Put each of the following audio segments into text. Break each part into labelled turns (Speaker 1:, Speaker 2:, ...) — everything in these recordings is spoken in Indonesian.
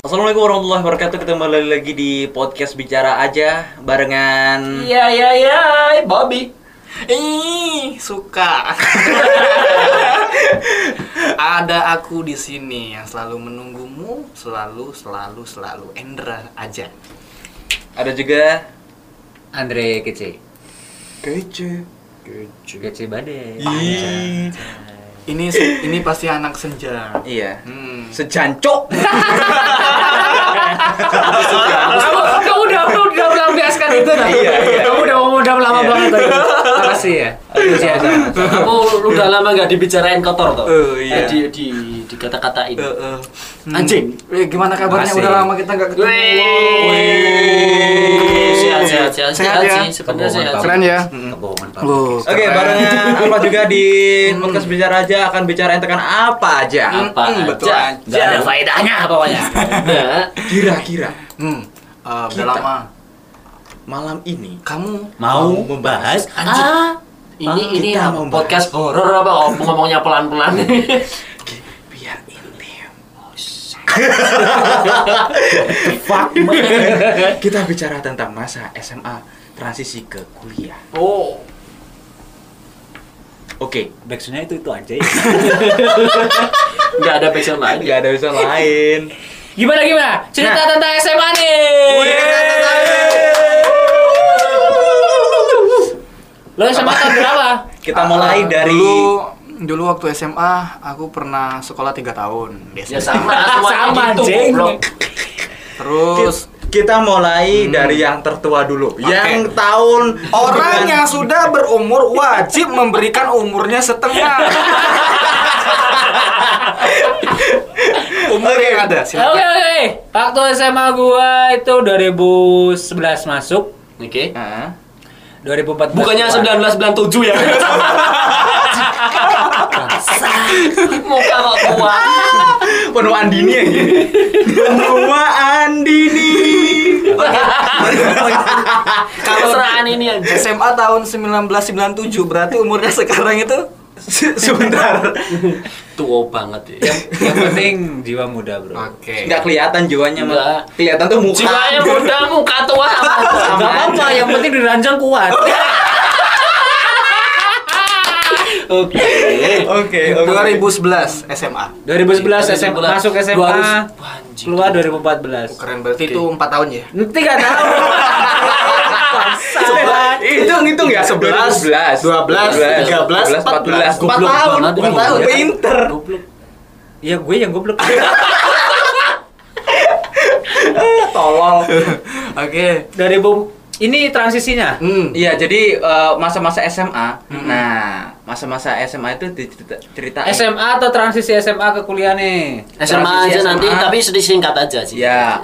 Speaker 1: Assalamualaikum warahmatullahi wabarakatuh. Ketemu lagi di podcast bicara aja barengan.
Speaker 2: Iya iya iya, Bobby.
Speaker 3: Ih, suka. Ada aku di sini yang selalu menunggumu, selalu selalu selalu Endra aja.
Speaker 1: Ada juga
Speaker 2: Andre kece,
Speaker 3: Kece, kece.
Speaker 2: kece badai.
Speaker 3: Ini se- ini pasti anak senja.
Speaker 1: iya.
Speaker 3: Hmm.
Speaker 1: Sejancok.
Speaker 2: kamu, kamu udah udah udah melampiaskan itu dah.
Speaker 1: Iya, iya.
Speaker 2: Kamu udah udah lama
Speaker 1: Iya.
Speaker 2: banget tadi. Makasih ya. Iya.
Speaker 4: Aku udah lama nggak dibicarain kotor tuh.
Speaker 3: Eh, iya.
Speaker 4: Eh, di di dikata-katain.
Speaker 3: Eh, eh. Hmm.
Speaker 4: Anjing.
Speaker 3: Eh, gimana kabarnya?
Speaker 2: Asik.
Speaker 3: Udah lama kita nggak ketemu.
Speaker 4: Wih. Sehat sehat sehat
Speaker 3: Sehat
Speaker 4: sehat
Speaker 3: ya?
Speaker 4: sih sebenarnya
Speaker 2: Kebohongan,
Speaker 4: sehat.
Speaker 2: Pak.
Speaker 3: Keren ya?
Speaker 2: Kebohongan pak.
Speaker 3: Loh,
Speaker 1: Oke,
Speaker 3: keren.
Speaker 1: barengan apa juga di podcast bicara aja akan bicarain tekan apa aja.
Speaker 4: Apa
Speaker 3: Hmm, betul
Speaker 4: aja?
Speaker 3: aja.
Speaker 4: Nggak ada faedahnya pokoknya. Nah,
Speaker 1: Kira-kira
Speaker 3: Hmm. Eh, udah
Speaker 1: Kita.
Speaker 3: lama.
Speaker 1: malam ini
Speaker 3: Kamu
Speaker 2: Mau
Speaker 1: membahas
Speaker 4: ah, ini
Speaker 1: Bang,
Speaker 4: ini
Speaker 1: kita
Speaker 4: apa?
Speaker 1: mau bahas.
Speaker 4: podcast horor apa Ngom- ngomongnya pelan-pelan.
Speaker 1: biar intim. Kita bicara tentang masa SMA transisi ke kuliah.
Speaker 4: oh.
Speaker 1: Oke,
Speaker 2: Backsoundnya itu itu aja.
Speaker 4: Nggak ada backsound lagi.
Speaker 1: nggak ada urusan lain.
Speaker 2: Gimana gimana? Cerita
Speaker 1: Nah.
Speaker 2: tentang SMA nih. Lo SMA tahun berapa?
Speaker 1: Kita mulai
Speaker 3: Ah,
Speaker 1: dari
Speaker 3: dulu dulu waktu SMA aku pernah sekolah 3 tahun biasa.
Speaker 4: Ya sama, semuanya
Speaker 2: Sama,
Speaker 4: gitu,
Speaker 2: jeng.
Speaker 4: goblok.
Speaker 3: Terus
Speaker 1: kita mulai
Speaker 4: Hmm.
Speaker 1: dari yang tertua dulu. Yang tahun oh,
Speaker 3: orang
Speaker 1: dengan-
Speaker 3: yang sudah berumur wajib memberikan umurnya setengah. Umur yang
Speaker 2: Oke
Speaker 3: ada
Speaker 2: oke.
Speaker 3: silakan.
Speaker 2: oke. Waktu SMA gua itu 2011 masuk,
Speaker 4: Oke.
Speaker 1: Ah.
Speaker 2: 2014.
Speaker 4: Bukannya
Speaker 2: keluar.
Speaker 4: 1997 ya? Muka kok tua.
Speaker 1: Penuaan dini ya gini. Penuaan dini.
Speaker 4: Keserahan ini aja.
Speaker 3: SMA tahun 1997 berarti umurnya sekarang itu
Speaker 1: Se- Sebentar.
Speaker 4: Tua banget ya.
Speaker 2: Yang penting jiwa muda bro.
Speaker 3: Oke.
Speaker 1: Nggak kelihatan jiwanya, Mas.
Speaker 4: Nggak.
Speaker 1: Kelihatan tuh muka.
Speaker 4: Jiwanya muda, muka tua sama
Speaker 2: Gak
Speaker 4: aja.
Speaker 2: apa-apa, yang penting diranjang kuat.
Speaker 4: Oke.
Speaker 1: Oke, oke.
Speaker 3: 2011 SMA.
Speaker 2: 2011 SMA masuk SMA,
Speaker 4: 200. Wah, anjing.
Speaker 2: keluar 2014.
Speaker 3: Keren berarti itu 4 tahun ya.
Speaker 2: Nanti gak tahu.
Speaker 4: Ah,
Speaker 1: Hitung-hitung ya
Speaker 3: 11,
Speaker 1: 11,
Speaker 3: 12,
Speaker 1: 14, 4 tahun,
Speaker 3: 13, 14.
Speaker 4: banget,
Speaker 1: 4
Speaker 4: goblok
Speaker 1: tahun.
Speaker 4: banget.
Speaker 1: Pinter.
Speaker 4: Goblok.
Speaker 2: Ya gue yang goblok.
Speaker 1: Tolol.
Speaker 3: Oke.
Speaker 2: 2000 ini transisinya.
Speaker 3: Hmm.
Speaker 1: Iya, jadi eh, masa-masa SMA.
Speaker 4: Hmm.
Speaker 1: Nah, masa-masa SMA itu dicerita ceritain.
Speaker 2: SMA atau transisi SMA ke kuliah nih?
Speaker 4: SMA
Speaker 1: Transisi
Speaker 4: aja nanti,
Speaker 1: SMA.
Speaker 4: tapi sedih singkat aja sih.
Speaker 1: Ya.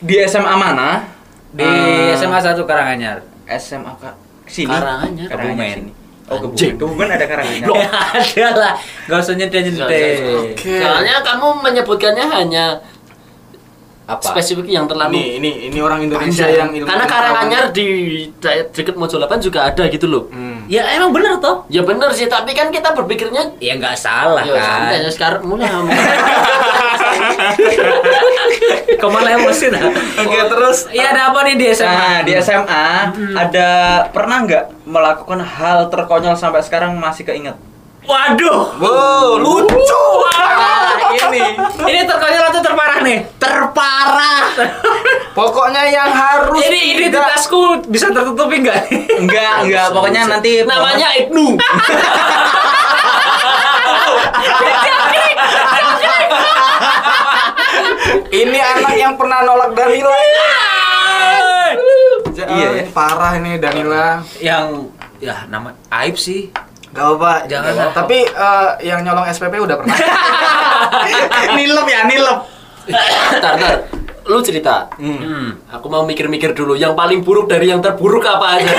Speaker 1: Di SMA mana?
Speaker 2: Di
Speaker 1: Eh,
Speaker 2: SMA 1 Karanganyar.
Speaker 1: SMA Kak. Sini.
Speaker 4: Karanganyar.
Speaker 2: Kebumen.
Speaker 1: sini. Oh,
Speaker 4: Anjing.
Speaker 1: Kebumen. Kebumen ada Karanganyar.
Speaker 2: Loh, ada lah. Gak usah nyetel-nyetel.
Speaker 3: Oke.
Speaker 4: Soalnya kamu menyebutkannya hanya
Speaker 2: Apa?
Speaker 4: spesifik
Speaker 3: Ini
Speaker 4: yang terlalu
Speaker 3: ini ini orang Indonesia
Speaker 4: panjang.
Speaker 3: yang ilmu
Speaker 4: Karena Karanganyar di daerah deket Mojolapan juga ada gitu loh.
Speaker 3: Hmm.
Speaker 2: Ya emang bener toh?
Speaker 4: Ya bener sih, tapi kan kita berpikirnya
Speaker 2: Ya nggak salah
Speaker 4: Ya santai
Speaker 2: kan.
Speaker 4: ya sekarang mulai.
Speaker 2: Kemana emosi dah?
Speaker 3: Oke, terus
Speaker 2: Iya ada apa nih di SMA?
Speaker 1: Nah, di SMA
Speaker 4: Hmm.
Speaker 1: ada pernah nggak melakukan hal terkonyol sampai sekarang masih keinget?
Speaker 2: Waduh.
Speaker 3: Wow, lucu. Ah,
Speaker 1: Nah, ini
Speaker 2: Ini terkonyol atau terparah nih?
Speaker 1: terparah.
Speaker 3: Pokoknya yang harus
Speaker 2: ini ini di
Speaker 3: tidak-
Speaker 2: tasku bisa tertutupi nggak?
Speaker 1: Enggak, enggak, pokoknya nanti
Speaker 4: Namanya Ibnu.
Speaker 3: Ini anak yang pernah nolak Danila.
Speaker 1: Iya,
Speaker 3: iya,
Speaker 1: ya.
Speaker 3: parah ini Danila.
Speaker 2: Yang ya nama aib sih.
Speaker 3: Gak apa,
Speaker 2: Jangan
Speaker 3: Gak apa.
Speaker 2: lah.
Speaker 3: Tapi eh, yang nyolong SPP udah pernah.
Speaker 1: nilep ya, nilep.
Speaker 4: Bentar, bentar. Lu cerita.
Speaker 2: Hmm.
Speaker 4: Aku mau mikir-mikir dulu. Yang paling buruk dari yang terburuk apa aja?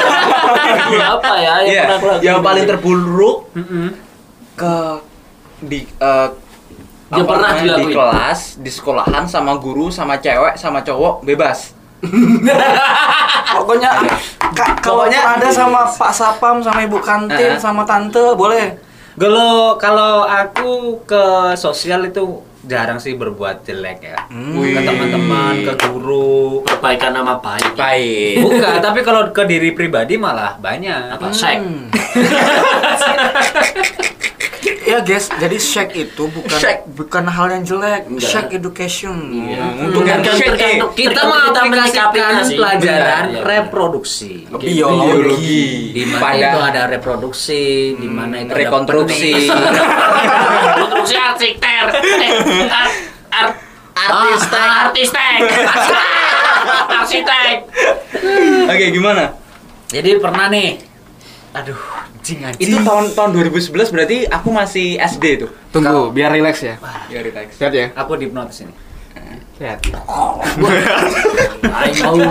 Speaker 4: apa ya? Yang,
Speaker 1: Iya,
Speaker 4: pernah aku lakuin?
Speaker 1: yang paling terburuk
Speaker 2: Mm-mm.
Speaker 1: ke di eh,
Speaker 4: Yang
Speaker 1: apa
Speaker 4: pernah
Speaker 1: namanya, di
Speaker 4: dilakuin.
Speaker 1: kelas, di sekolahan sama guru, sama cewek, sama cowok bebas.
Speaker 3: Pokoknya ah, Kak, kalau
Speaker 1: Pokoknya-
Speaker 3: ada sama Pak Sapam, sama Ibu
Speaker 1: Eh.
Speaker 3: Kantin, sama Tante, boleh.
Speaker 2: Kalau kalau aku ke sosial itu jarang sih berbuat jelek ya.
Speaker 4: Hmm.
Speaker 1: Wih.
Speaker 2: Ke teman-teman, ke guru.
Speaker 4: Perbaikan nama baik.
Speaker 1: Baik.
Speaker 2: Bukan, tapi kalau ke diri pribadi malah banyak.
Speaker 4: Apa sek?
Speaker 3: Hmm. Ya guys, jadi shake itu bukan
Speaker 1: Shake.
Speaker 3: bukan hal yang jelek.
Speaker 4: Enggak.
Speaker 3: Shake education. Hmm.
Speaker 4: Iya.
Speaker 3: Untuk
Speaker 1: Bukan
Speaker 3: yang
Speaker 1: shake.
Speaker 2: Kita mengaplikasikan
Speaker 4: mengaplikasi.
Speaker 2: pelajaran
Speaker 4: Iya, iya, benar.
Speaker 2: reproduksi. Gitu.
Speaker 3: biologi.
Speaker 2: Di mana
Speaker 1: Pada Hmm,
Speaker 2: itu ada reproduksi, di mana itu ada
Speaker 1: rekonstruksi.
Speaker 2: penulis.
Speaker 4: Konstruksi arsitektur. Ar- ar-
Speaker 1: Arsitek.
Speaker 4: Ah, Arsitek. Arsitek.
Speaker 1: Oke, gimana?
Speaker 2: Jadi pernah nih. Aduh, anjing anjing.
Speaker 1: Itu tahun tahun 2011 berarti aku masih SD tuh.
Speaker 5: Tunggu, biar relax ya.
Speaker 1: Ya, relax.
Speaker 5: Lihat ya.
Speaker 2: aku di hipnotis ini.
Speaker 5: Lihat.
Speaker 4: Ayo.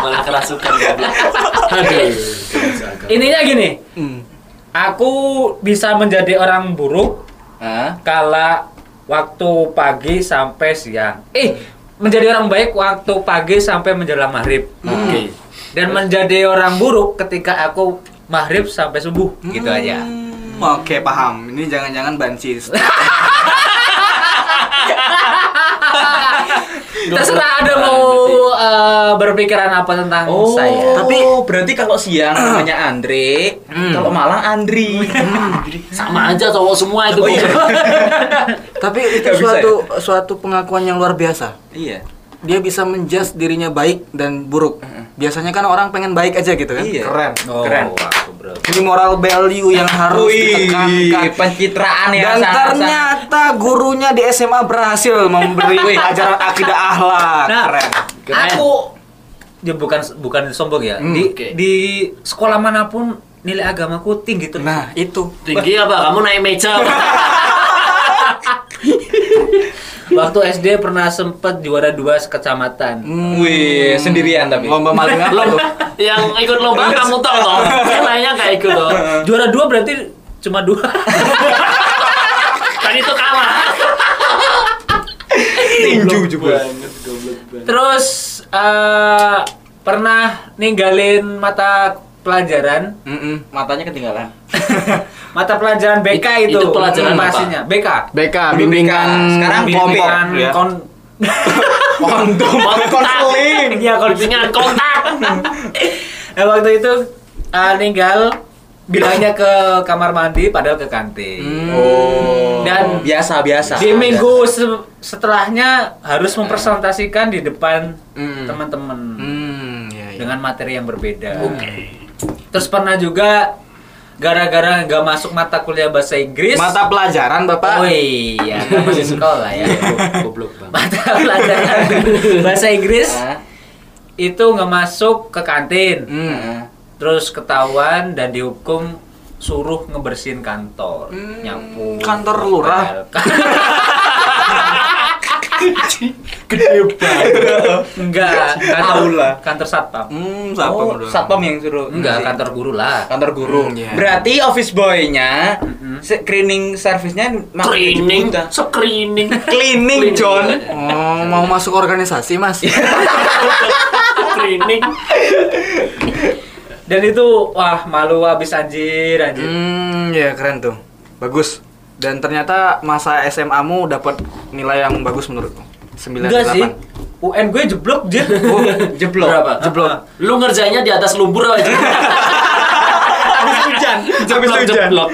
Speaker 4: Malah kerasukan goblok. Aduh.
Speaker 2: Intinya gini,
Speaker 3: Hmm.
Speaker 2: aku bisa menjadi orang buruk
Speaker 1: Hah?
Speaker 2: kala waktu pagi sampai siang. Eh, menjadi orang baik waktu pagi sampai menjelang maghrib.
Speaker 4: Oke.
Speaker 2: Dan menjadi orang buruk ketika aku maghrib sampai subuh. Gitu aja.
Speaker 3: Hmm, Oke, paham. Ini jangan-jangan bancis.
Speaker 2: Terserah ada mau eh, berpikiran apa tentang
Speaker 1: Oh,
Speaker 2: saya.
Speaker 1: tapi berarti kalau siang Hmm. Oh, iya, namanya Andre, kalau malam Andri.
Speaker 4: Sama aja cowok semua itu.
Speaker 1: Oh, iya.
Speaker 3: Tapi itu
Speaker 1: Nggak bisa
Speaker 3: suatu suatu pengakuan yang luar biasa.
Speaker 1: iya.
Speaker 3: Dia bisa menjudge dirinya baik dan buruk. Biasanya kan orang pengen baik aja gitu kan.
Speaker 1: Iya.
Speaker 5: Keren.
Speaker 2: Oh,
Speaker 1: Keren.
Speaker 2: aku bro.
Speaker 3: Ini moral value yang harus ditekankan.
Speaker 1: Wih, pencitraan ya.
Speaker 3: Dan ternyata gurunya di SMA berhasil memberi
Speaker 1: Wih.
Speaker 3: ajaran akidah akhlak.
Speaker 2: Nah,
Speaker 3: Keren.
Speaker 4: Keren.
Speaker 2: aku ya bukan bukan sombong ya.
Speaker 3: Hmm,
Speaker 2: di
Speaker 4: oke.
Speaker 2: di sekolah manapun nilai agamaku tinggi terus.
Speaker 3: Nah, itu.
Speaker 4: Tinggi apa? Kamu naik meja.
Speaker 2: Waktu SD pernah sempet juara dua sekecamatan.
Speaker 1: Hmm. Wih, sendirian tapi.
Speaker 3: Lomba maling apa tuh?
Speaker 4: Yang ikut lomba kamu tau loh. Yang lainnya nggak ikut loh.
Speaker 2: Juara dua berarti cuma dua.
Speaker 4: Tadi itu kalah.
Speaker 1: tinju juga.
Speaker 2: Terus eh, pernah ninggalin mata pelajaran,
Speaker 3: Mm-mm.
Speaker 1: Matanya ketinggalan.
Speaker 2: mata pelajaran BK
Speaker 4: It-
Speaker 2: itu.
Speaker 4: itu pelajaran apa?
Speaker 2: masihnya BK.
Speaker 5: BK,
Speaker 1: Dulu
Speaker 5: bimbingan
Speaker 1: BK, sekarang
Speaker 5: kelompok.
Speaker 2: Bimbingan
Speaker 3: ya.
Speaker 2: kon-
Speaker 1: Kondom, konseling.
Speaker 2: Iya, kalau
Speaker 4: Dengan kontak.
Speaker 2: Nah waktu itu uh, ninggal bilangnya ke kamar mandi padahal ke kantin.
Speaker 1: Oh.
Speaker 2: Dan-
Speaker 1: biasa-biasa.
Speaker 2: Di minggu se- setelahnya harus mempresentasikan di depan
Speaker 3: Hmm.
Speaker 2: teman-teman
Speaker 3: Hmm, ya, ya.
Speaker 2: dengan materi yang berbeda. Terus pernah juga gara-gara nggak masuk mata kuliah bahasa Inggris.
Speaker 3: Mata pelajaran, Bapak.
Speaker 2: Oh iya, kan masih sekolah ya.
Speaker 4: Goblok banget.
Speaker 2: Mata pelajaran bahasa Inggris
Speaker 1: Hah?
Speaker 2: itu nggak masuk ke kantin.
Speaker 3: Hmm.
Speaker 2: terus ketahuan dan dihukum suruh ngebersihin kantor nyapu
Speaker 3: Hmm,
Speaker 2: kan
Speaker 3: kantor lurah.
Speaker 2: enggak kantor
Speaker 1: Aula.
Speaker 2: kantor satpam Hmm.
Speaker 3: Hmm, siapa
Speaker 1: Satpam,
Speaker 3: doang?
Speaker 1: Oh, satpam yang suruh.
Speaker 2: enggak kantor guru lah
Speaker 1: Hmm. kantor guru.
Speaker 3: Hmm, iya.
Speaker 1: Berarti office boy-nya screening service-nya maksudnya
Speaker 4: Screening,
Speaker 1: dibuka.
Speaker 4: screening.
Speaker 1: Cleaning, John.
Speaker 3: Oh, mau masuk organisasi, Mas.
Speaker 2: Iya.
Speaker 4: Screening.
Speaker 2: dan itu wah malu abis anjir anjir
Speaker 3: Hmm, ya keren tuh. Bagus. Dan ternyata masa SMA-mu dapat nilai yang bagus menurutku. 98.
Speaker 2: enggak sih UN gue jeblok Ah. jir
Speaker 1: Oh, jeblok.
Speaker 4: Berapa?
Speaker 3: Jeblok.
Speaker 4: Lu ngerjainnya di atas lumpur aja.
Speaker 1: Habis hujan. Habis
Speaker 4: Jeblok,
Speaker 1: hujan.
Speaker 4: jeblok.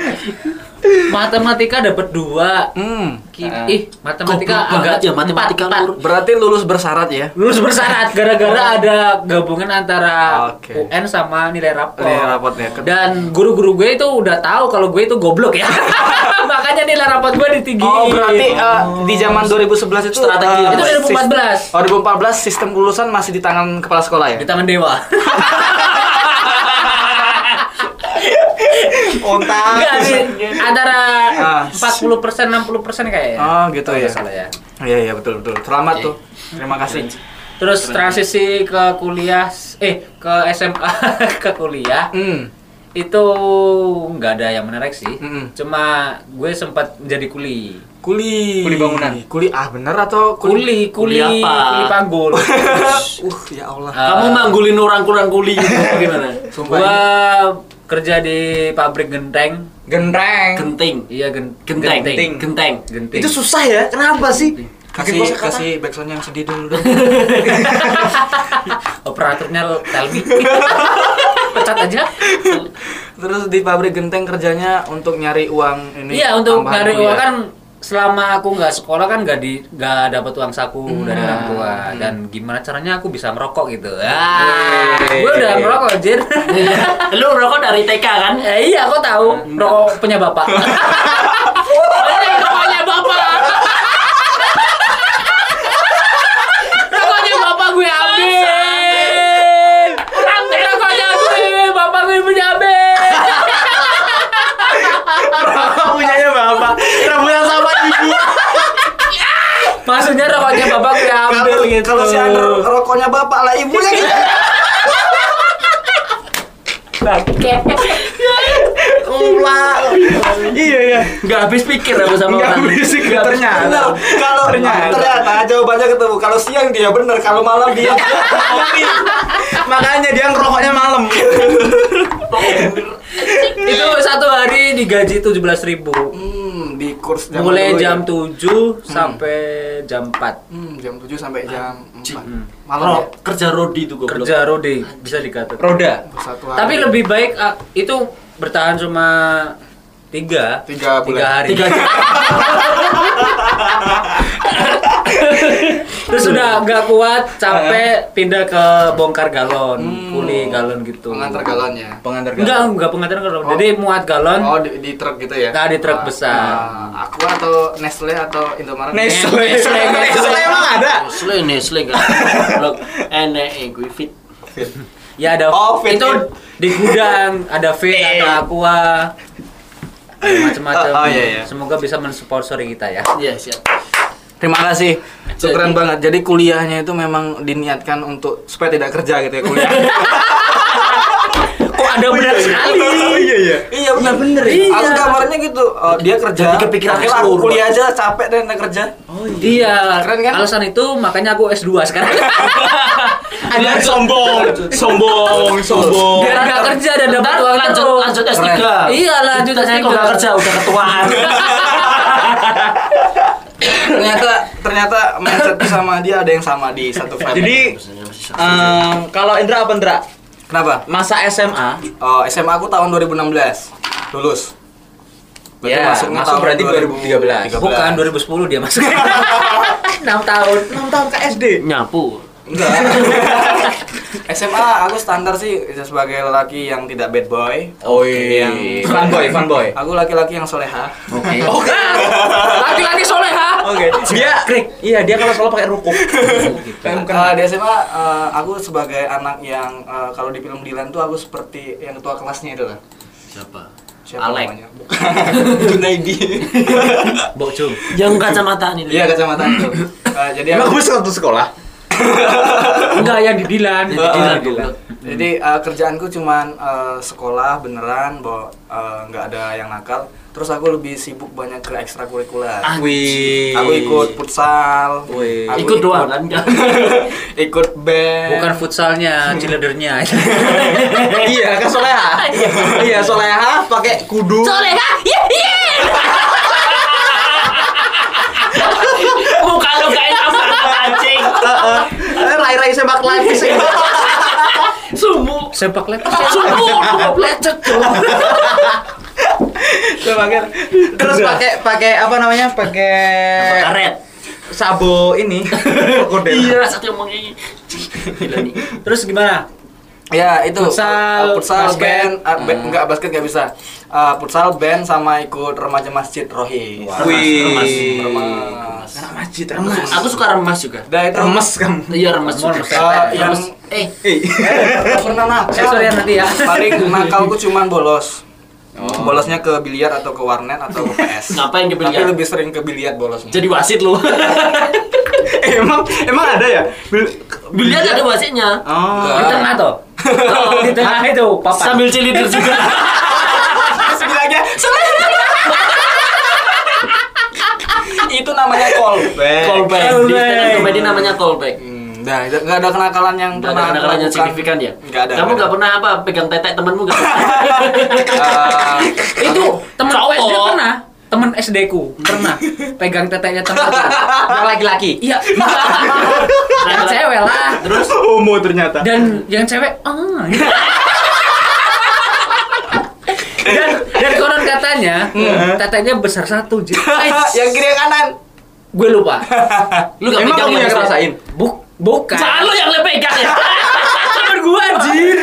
Speaker 2: matematika dapat dua
Speaker 3: Hmm.
Speaker 2: Ki-
Speaker 1: Ah.
Speaker 2: ih matematika
Speaker 4: Goblok banget
Speaker 2: agak
Speaker 4: ya, matematika
Speaker 2: empat,
Speaker 4: lur.
Speaker 3: Berarti lulus bersarat ya?
Speaker 2: lulus bersyarat gara-gara ada gabungan antara
Speaker 3: Oh. Oke.
Speaker 2: UN sama nilai rapor.
Speaker 3: Nilai ya. raportnya.
Speaker 2: Oh. Dan guru-guru gue itu udah tahu kalau gue itu goblok ya. Makanya nilai rapor gue ditinggiin.
Speaker 3: Oh, berarti eh, di zaman
Speaker 2: Oh.
Speaker 3: 2011 itu
Speaker 4: Strategi.
Speaker 3: eh,
Speaker 2: Itu
Speaker 3: sis-
Speaker 2: 2014.
Speaker 3: Oh, 2014 sistem lulusan masih di tangan kepala sekolah ya?
Speaker 2: di Taman Dewa.
Speaker 1: Ontak.
Speaker 2: Enggak sih, antara
Speaker 3: Ah.
Speaker 2: 40 persen 60 persen kayaknya.
Speaker 3: Oh, gitu
Speaker 2: Kalau
Speaker 3: ya.
Speaker 2: nggak Salah ya.
Speaker 3: Iya, iya betul betul. Selamat tuh. Terima kasih.
Speaker 2: Iya, Terus transisi ke kuliah, eh ke SMA ke kuliah
Speaker 3: Hmm.
Speaker 2: itu nggak ada yang menarik sih.
Speaker 3: Mm-mm.
Speaker 2: Cuma gue sempat menjadi kuli.
Speaker 3: Kuli.
Speaker 1: Kuli bangunan.
Speaker 3: Kuli ah bener atau
Speaker 2: Kuli, kuli,
Speaker 4: Kuli apa?
Speaker 2: kuli panggul. Eh,
Speaker 3: Uh ya Allah.
Speaker 4: Kamu
Speaker 1: Eh.
Speaker 4: manggulin orang kurang kuli gitu apa gimana?
Speaker 3: Sumpah
Speaker 2: Gua kerja di pabrik genteng.
Speaker 1: Genreng.
Speaker 4: Genting.
Speaker 2: Iya, gen-
Speaker 4: Genteng.
Speaker 1: Genting.
Speaker 4: Genteng.
Speaker 2: Genting.
Speaker 1: Itu susah ya. Kenapa sih?
Speaker 3: kasih
Speaker 1: Bikin kosa kata.
Speaker 3: kasih backsound yang sedih dulu dong.
Speaker 2: operatornya tell me. Pecat aja.
Speaker 3: Terus di pabrik genteng kerjanya untuk nyari uang ini.
Speaker 2: Iya, untuk
Speaker 3: tambahan
Speaker 2: nyari uang
Speaker 3: kuliah.
Speaker 2: kan selama aku nggak sekolah kan nggak di nggak dapat uang saku dari orang tua dan gimana caranya aku bisa merokok gitu ah
Speaker 1: Yeay.
Speaker 2: gue udah merokok jir
Speaker 4: Lu rokok dari TK kan?
Speaker 2: Eh, iya aku tahu rokok punya bapak Eh, rokoknya bapak rokoknya bapak gue ambil ambil rokoknya gue bapak gue punya ambil
Speaker 3: Iya,
Speaker 1: Punyanya bapak. Rambutnya sama ibu.
Speaker 2: maksudnya rokoknya bapak gue ambil gitu
Speaker 3: Kalau
Speaker 2: Iya.
Speaker 3: kalau si Andro rokoknya bapak lah ibunya gitu.
Speaker 1: Iya iya.
Speaker 4: Nggak habis pikir aku sama
Speaker 1: Enggak
Speaker 4: orang.
Speaker 1: berisik
Speaker 3: Bener.
Speaker 1: ternyata.
Speaker 3: Kalau
Speaker 1: Ternyata.
Speaker 3: ternyata jawabannya ketemu. Kalau siang dia bener, kalau malam dia
Speaker 1: Makanya dia ngerokoknya malam.
Speaker 2: itu satu hari digaji 17.000
Speaker 3: Hmm, di kurs zaman
Speaker 2: mulai
Speaker 3: dulu ya.
Speaker 2: jam 7 sampai jam 4
Speaker 3: Hmm, jam 7 sampai jam 4.
Speaker 2: Hmm.
Speaker 4: Ro-
Speaker 3: Malam ya?
Speaker 4: kerja rodi itu goblok.
Speaker 2: kerja rode bisa dikatakan
Speaker 1: Roda.
Speaker 3: Satu hari.
Speaker 2: tapi lebih baik ah, itu bertahan cuma tiga
Speaker 3: Tiga bulan.
Speaker 2: hari
Speaker 4: Tiga jam.
Speaker 2: terus udah nggak kuat capek pindah ke bongkar galon kuli galon gitu
Speaker 3: mengantar Hmm. galon ya.
Speaker 1: Pengantar
Speaker 2: enggak
Speaker 1: galon.
Speaker 2: enggak pengantar galon jadi muat galon
Speaker 3: Oh, di, di truk gitu ya?
Speaker 2: Nah, di truk
Speaker 3: Ah,
Speaker 2: besar.
Speaker 3: ah, aku atau Nestle atau Indomaret?
Speaker 1: Nestle.
Speaker 2: Nestle,
Speaker 1: Nestle
Speaker 2: Nestle.
Speaker 1: emang ada.
Speaker 4: Nestle Nestle kan. Goblok. Enek eh, gue fit.
Speaker 2: ya ada
Speaker 3: Oh, fit,
Speaker 2: itu
Speaker 3: fit. Iya,
Speaker 2: di gudang ada fit ada aqua macam-macam
Speaker 3: Oh, oh, iya, iya.
Speaker 2: semoga bisa mensponsori kita ya
Speaker 4: Iya, siap.
Speaker 3: Terima kasih. Itu
Speaker 4: Jadi-
Speaker 3: keren banget. Jadi kuliahnya itu memang diniatkan untuk supaya tidak kerja gitu ya kuliah.
Speaker 2: kok ada
Speaker 1: Oh,
Speaker 2: benar sekali
Speaker 1: Iya iya.
Speaker 3: iya benar bener.
Speaker 2: Iya.
Speaker 3: Aku gambarnya gitu. eh, dia kerja.
Speaker 4: Jadi kepikiran
Speaker 3: akhirnya aku
Speaker 4: seluruh.
Speaker 3: kuliah aja capek deh nggak kerja.
Speaker 2: Iya,
Speaker 3: Oh, Keren kan?
Speaker 2: alasan itu makanya aku S2 sekarang.
Speaker 1: Ada sombong, sombong, sombong.
Speaker 2: Biar nggak kerja dan dapat
Speaker 4: Ntar
Speaker 2: uang
Speaker 4: lanjut
Speaker 2: terus.
Speaker 4: lanjut S3.
Speaker 2: Keren. Iya, lanjut
Speaker 4: S3.
Speaker 2: S3.
Speaker 4: Kok nggak kerja udah ketuaan.
Speaker 3: ternyata ternyata mindset sama dia ada yang sama di satu vibe.
Speaker 1: Jadi eh, kalau Indra apa Indra?
Speaker 3: kenapa?
Speaker 1: Masa SMA
Speaker 3: Oh, SMA aku tahun 2016 lulus. Berarti
Speaker 1: Ya,
Speaker 3: masuknya
Speaker 1: masuk
Speaker 3: tahun
Speaker 1: berarti
Speaker 3: 2013.
Speaker 1: 2013.
Speaker 2: Bukan 2010 dia masuk. 6 tahun.
Speaker 1: 6 tahun ke SD.
Speaker 4: Nyapu.
Speaker 3: Enggak. SMA aku standar sih sebagai lelaki yang tidak bad boy.
Speaker 1: Oh iya. Fanboy, fanboy.
Speaker 3: Aku laki-laki yang soleha.
Speaker 2: Oke. Laki-laki soleh ha.
Speaker 1: Oh. Oke. Dia krik. Iya, dia kalau sekolah pakai rukuk. Kan
Speaker 3: Eh,
Speaker 1: bukan
Speaker 3: di SMA eh, aku sebagai anak yang eh, kalau di film Dilan tuh aku seperti yang ketua kelasnya itu lah.
Speaker 4: Siapa?
Speaker 3: Siapa
Speaker 4: Alek.
Speaker 3: namanya? Junaidi.
Speaker 2: Bok Jung.
Speaker 4: Yang kacamataan itu.
Speaker 3: Iya kacamata itu. Eh, jadi
Speaker 1: Emang
Speaker 3: aku,
Speaker 1: gue satu sekolah.
Speaker 2: Enggak yang di Dilan.
Speaker 4: Yang di Dilan,
Speaker 2: Dilan.
Speaker 4: goblok.
Speaker 3: jadi eh, kerjaanku cuman eh, sekolah beneran, bahwa eh, nggak ada yang nakal. Terus aku lebih sibuk banyak ke ekstrakurikuler.
Speaker 1: Ah, Wih.
Speaker 3: Aku ikut futsal.
Speaker 1: Wih.
Speaker 3: aku
Speaker 4: Ikut doang kan?
Speaker 3: ikut band.
Speaker 2: Bukan futsalnya, cheerleadernya.
Speaker 1: iya, kan soleha. iya, soleha pakai kudu.
Speaker 2: Soleh ha. Ye ye.
Speaker 4: Muka lu kayak apa anjing.
Speaker 1: Heeh. Eh, Rai-rai sepak live sih.
Speaker 4: Sumu.
Speaker 2: Sepak lecet.
Speaker 4: Sumu.
Speaker 2: Lecet tuh.
Speaker 1: Terus pakai pakai apa namanya? Pakai
Speaker 4: Karet.
Speaker 1: sabo ini. Krokodil.
Speaker 4: Iya, satu yang ini. Gila nih.
Speaker 2: Terus gimana?
Speaker 3: Ya itu
Speaker 2: Futsal,
Speaker 3: Uh, futsal
Speaker 2: basket.
Speaker 3: band, ah, ba- enggak basket nggak bisa. Uh, futsal band sama ikut remaja masjid Rohis.
Speaker 1: Wih.
Speaker 4: Remas,
Speaker 3: Remas.
Speaker 1: Anak masjid remas.
Speaker 4: Aku suka remas juga.
Speaker 3: Dah Nah, itu
Speaker 1: remes kamu.
Speaker 4: Iya remas juga.
Speaker 2: Remas.
Speaker 3: Uh, yang
Speaker 4: Remas. Eh,
Speaker 1: Eh,
Speaker 3: nggak pernah nakal.
Speaker 2: Saya sorry ya nanti ya.
Speaker 3: Paling nakalku cuman bolos. Bolosnya ke biliar atau ke warnet atau ke PS.
Speaker 4: Ngapain ke biliar?
Speaker 3: Tapi lebih sering ke biliar bolosnya.
Speaker 4: jadi wasit lu.
Speaker 1: emang emang ada ya? Bil-
Speaker 4: Biliar ada wasitnya. Oh.
Speaker 1: Oh.
Speaker 2: Di tengah tuh. Di tengah itu papan.
Speaker 4: Sambil cheerleader juga.
Speaker 3: Terus bilangnya, "Sorry."
Speaker 4: namanya call callback di stand
Speaker 1: Callback.
Speaker 4: up comedy namanya callback
Speaker 3: Hmm, dah, nggak nggak ada kenakalan yang
Speaker 4: Gak ada kenakalan yang signifikan ya?
Speaker 3: Nggak ada.
Speaker 4: Kamu
Speaker 3: nggak
Speaker 4: gak
Speaker 3: ada.
Speaker 4: pernah apa pegang tetek temenmu gak pernah?
Speaker 3: Eh,
Speaker 2: itu temen aku SD
Speaker 4: Cowok.
Speaker 2: pernah temen SD ku pernah pegang teteknya temen aku. yang laki-laki iya yang cewek lah
Speaker 4: Terus
Speaker 5: Homo ternyata.
Speaker 2: dan yang cewek ah dan dan konon katanya
Speaker 3: Hmm.
Speaker 2: teteknya besar satu Ji. Eh,
Speaker 3: yang kiri yang kanan.
Speaker 2: gue lupa
Speaker 4: lu gak
Speaker 1: Emang
Speaker 4: pegang
Speaker 1: kamu yang
Speaker 4: ya?
Speaker 1: ngerasain?
Speaker 2: Buk, bukan
Speaker 4: Jangan lu yang lu pegang ya?
Speaker 2: temen gue anjir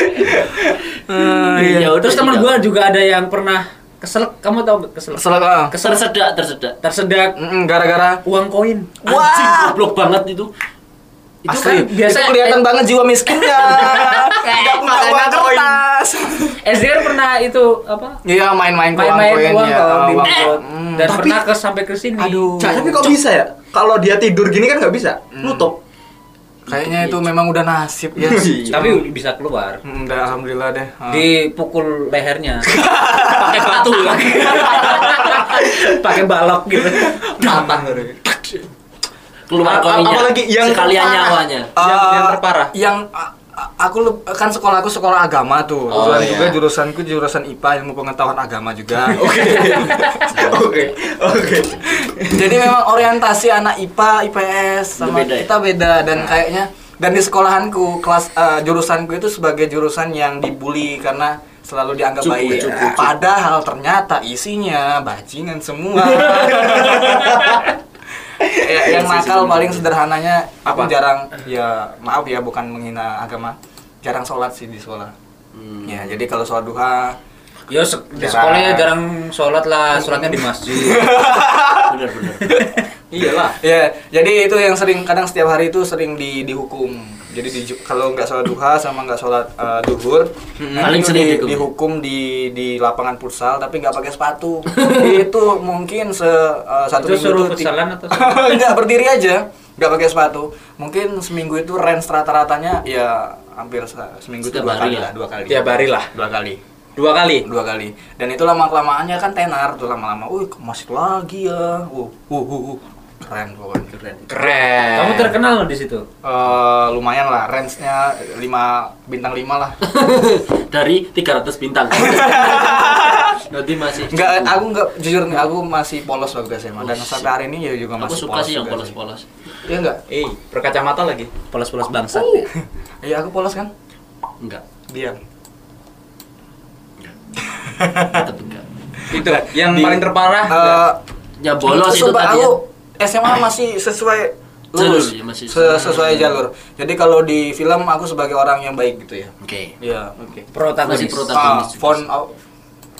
Speaker 4: Ya udah,
Speaker 2: Oh, terus temen
Speaker 4: iya.
Speaker 2: gue juga ada yang pernah kesel kamu tau gak kesel
Speaker 3: Kesel ah.
Speaker 2: kesel
Speaker 4: Tersedak, tersedak
Speaker 2: tersedak
Speaker 3: Mm, gara-gara
Speaker 2: uang koin Ah,
Speaker 4: Anjing, goblok banget itu
Speaker 2: itu
Speaker 3: Asli,
Speaker 2: kan biasa
Speaker 3: itu kelihatan banget jiwa miskinnya. Enggak punya
Speaker 2: makanya
Speaker 3: uang
Speaker 2: koin.
Speaker 3: kertas.
Speaker 2: SD kan pernah itu apa
Speaker 3: Iya, main-main koin
Speaker 2: main-main
Speaker 3: koin
Speaker 2: uang Eh.
Speaker 3: ya.
Speaker 2: kalau
Speaker 3: Ah,
Speaker 2: di Bogor.
Speaker 3: uang koin. Hmm.
Speaker 2: dan
Speaker 5: Tapi-
Speaker 2: pernah ke sampai ke sini
Speaker 3: Aduh.
Speaker 5: Cak, tapi kok bisa ya? Kalau dia tidur gini kan nggak bisa.
Speaker 1: Hmm.
Speaker 5: Nutup.
Speaker 3: Kayaknya itu memang udah nasib ya.
Speaker 2: tapi bisa keluar
Speaker 3: Hmm, udah alhamdulillah deh. Ah.
Speaker 2: dipukul lehernya pakai batu pakai balok gitu
Speaker 3: Patah.
Speaker 5: A- a-
Speaker 4: Keluar koinnya
Speaker 5: apalagi yang
Speaker 4: Sekalian
Speaker 5: terparah. Ah.
Speaker 4: nyawanya
Speaker 1: Yang-
Speaker 3: Eh,
Speaker 1: yang terparah?
Speaker 3: Yang a- a- aku leb- kan sekolah aku sekolah agama tuh.
Speaker 1: Oh,
Speaker 3: Dan
Speaker 1: iya.
Speaker 3: juga jurusanku jurusan IPA ilmu pengetahuan agama juga.
Speaker 5: Oke. Oke.
Speaker 3: Jadi memang orientasi anak IPA, IPS sama
Speaker 4: Beda ya?
Speaker 3: kita beda dan kayaknya dan di sekolahanku kelas eh, jurusanku itu sebagai jurusan yang dibully karena selalu dianggap
Speaker 4: Cukup,
Speaker 3: baik.
Speaker 4: cukup, cukup.
Speaker 3: Padahal ternyata isinya bajingan semua. Ya, yang nakal paling sederhananya aku jarang ya maaf ya bukan menghina agama jarang sholat sih di sekolah
Speaker 4: Hmm.
Speaker 3: ya jadi kalau sholat duha
Speaker 2: ya se- di
Speaker 3: Jarang.
Speaker 2: sekolahnya jarang sholat lah sholatnya di masjid
Speaker 4: Bener-bener
Speaker 1: Iyalah.
Speaker 3: Ya, jadi itu yang sering kadang setiap hari itu sering di, dihukum. Jadi di, kalau nggak sholat duha sama nggak sholat eh, duhur, nanti
Speaker 4: Paling
Speaker 3: itu
Speaker 4: sering
Speaker 3: di-
Speaker 4: dihukum.
Speaker 3: dihukum di di lapangan futsal tapi nggak pakai sepatu. itu mungkin se eh, satu
Speaker 2: itu
Speaker 3: minggu
Speaker 2: suruh
Speaker 3: itu ti-
Speaker 2: futsalan atau
Speaker 3: nggak berdiri aja, nggak pakai sepatu. Mungkin seminggu itu range rata-ratanya ya hampir se- seminggu itu
Speaker 4: Setiap
Speaker 3: dua
Speaker 4: hari
Speaker 3: kali
Speaker 4: ya?
Speaker 3: lah, dua kali.
Speaker 1: Tiap hari lah.
Speaker 3: Dua kali
Speaker 1: Dua kali.
Speaker 3: dua kali dan itu lama kelamaannya kan tenar tuh lama-lama wih masuk lagi ya wuh wuh wuh, wuh. keren pokoknya keren
Speaker 1: Keren.
Speaker 2: kamu terkenal loh di situ
Speaker 3: Eh, lumayan lah range-nya 5 bintang 5 lah
Speaker 4: Dari 300 bintang Berarti masih
Speaker 3: nggak aku nggak jujur nih aku masih polos waktu SMA dan
Speaker 4: Oh, shit.
Speaker 3: sampai hari ini ya juga
Speaker 4: Aku
Speaker 3: masih
Speaker 4: suka sih yang
Speaker 3: juga
Speaker 4: polos-polos
Speaker 3: iya nggak
Speaker 1: Eh, berkacamata lagi.
Speaker 2: polos-polos bangsat
Speaker 5: Oh.
Speaker 3: iya aku polos kan
Speaker 4: Enggak
Speaker 3: diam
Speaker 4: Tetep enggak
Speaker 1: Itu yang paling terparah.
Speaker 5: Ah.
Speaker 3: Eh,
Speaker 4: Ya bolos itu
Speaker 3: Sumpah,
Speaker 4: tadi
Speaker 3: aku
Speaker 4: ya
Speaker 3: SMA masih sesuai
Speaker 4: Jalur
Speaker 3: lurus
Speaker 4: ya, masih
Speaker 3: se- sesuai jalur jadi kalau di film aku sebagai orang yang baik gitu ya
Speaker 4: Oke
Speaker 3: iya oke
Speaker 2: protagonis
Speaker 4: Masih protagonis
Speaker 3: Ah,
Speaker 4: juga.
Speaker 3: phone out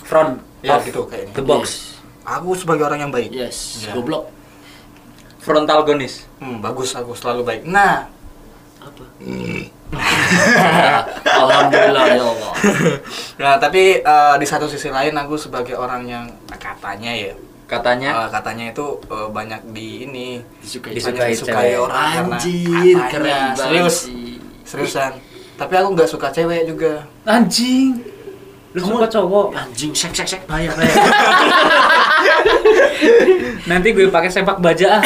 Speaker 2: front
Speaker 3: ya
Speaker 2: of
Speaker 3: gitu kayaknya
Speaker 2: the box
Speaker 3: aku sebagai orang yang baik
Speaker 4: Yes,
Speaker 3: Ya.
Speaker 4: goblok
Speaker 1: Frontal gonis.
Speaker 3: hmm, bagus aku selalu baik nah
Speaker 4: Apa? Alhamdulillah ya Allah
Speaker 3: nah tapi eh, di satu sisi lain aku sebagai orang yang katanya ya
Speaker 1: Katanya
Speaker 5: Ah.
Speaker 3: eh, katanya itu eh, banyak di ini
Speaker 4: Disukai
Speaker 3: banyak
Speaker 2: Disukai
Speaker 3: disukai
Speaker 2: cewek.
Speaker 3: orang
Speaker 4: Anjir,
Speaker 3: karena katanya.
Speaker 4: keren banget
Speaker 3: serius
Speaker 4: sih.
Speaker 3: seriusan tapi aku nggak suka cewek juga
Speaker 2: anjing lu suka cowok
Speaker 4: Anjing, sek sek sek, bayar bayar
Speaker 2: nanti gue pakai sepak baja ah.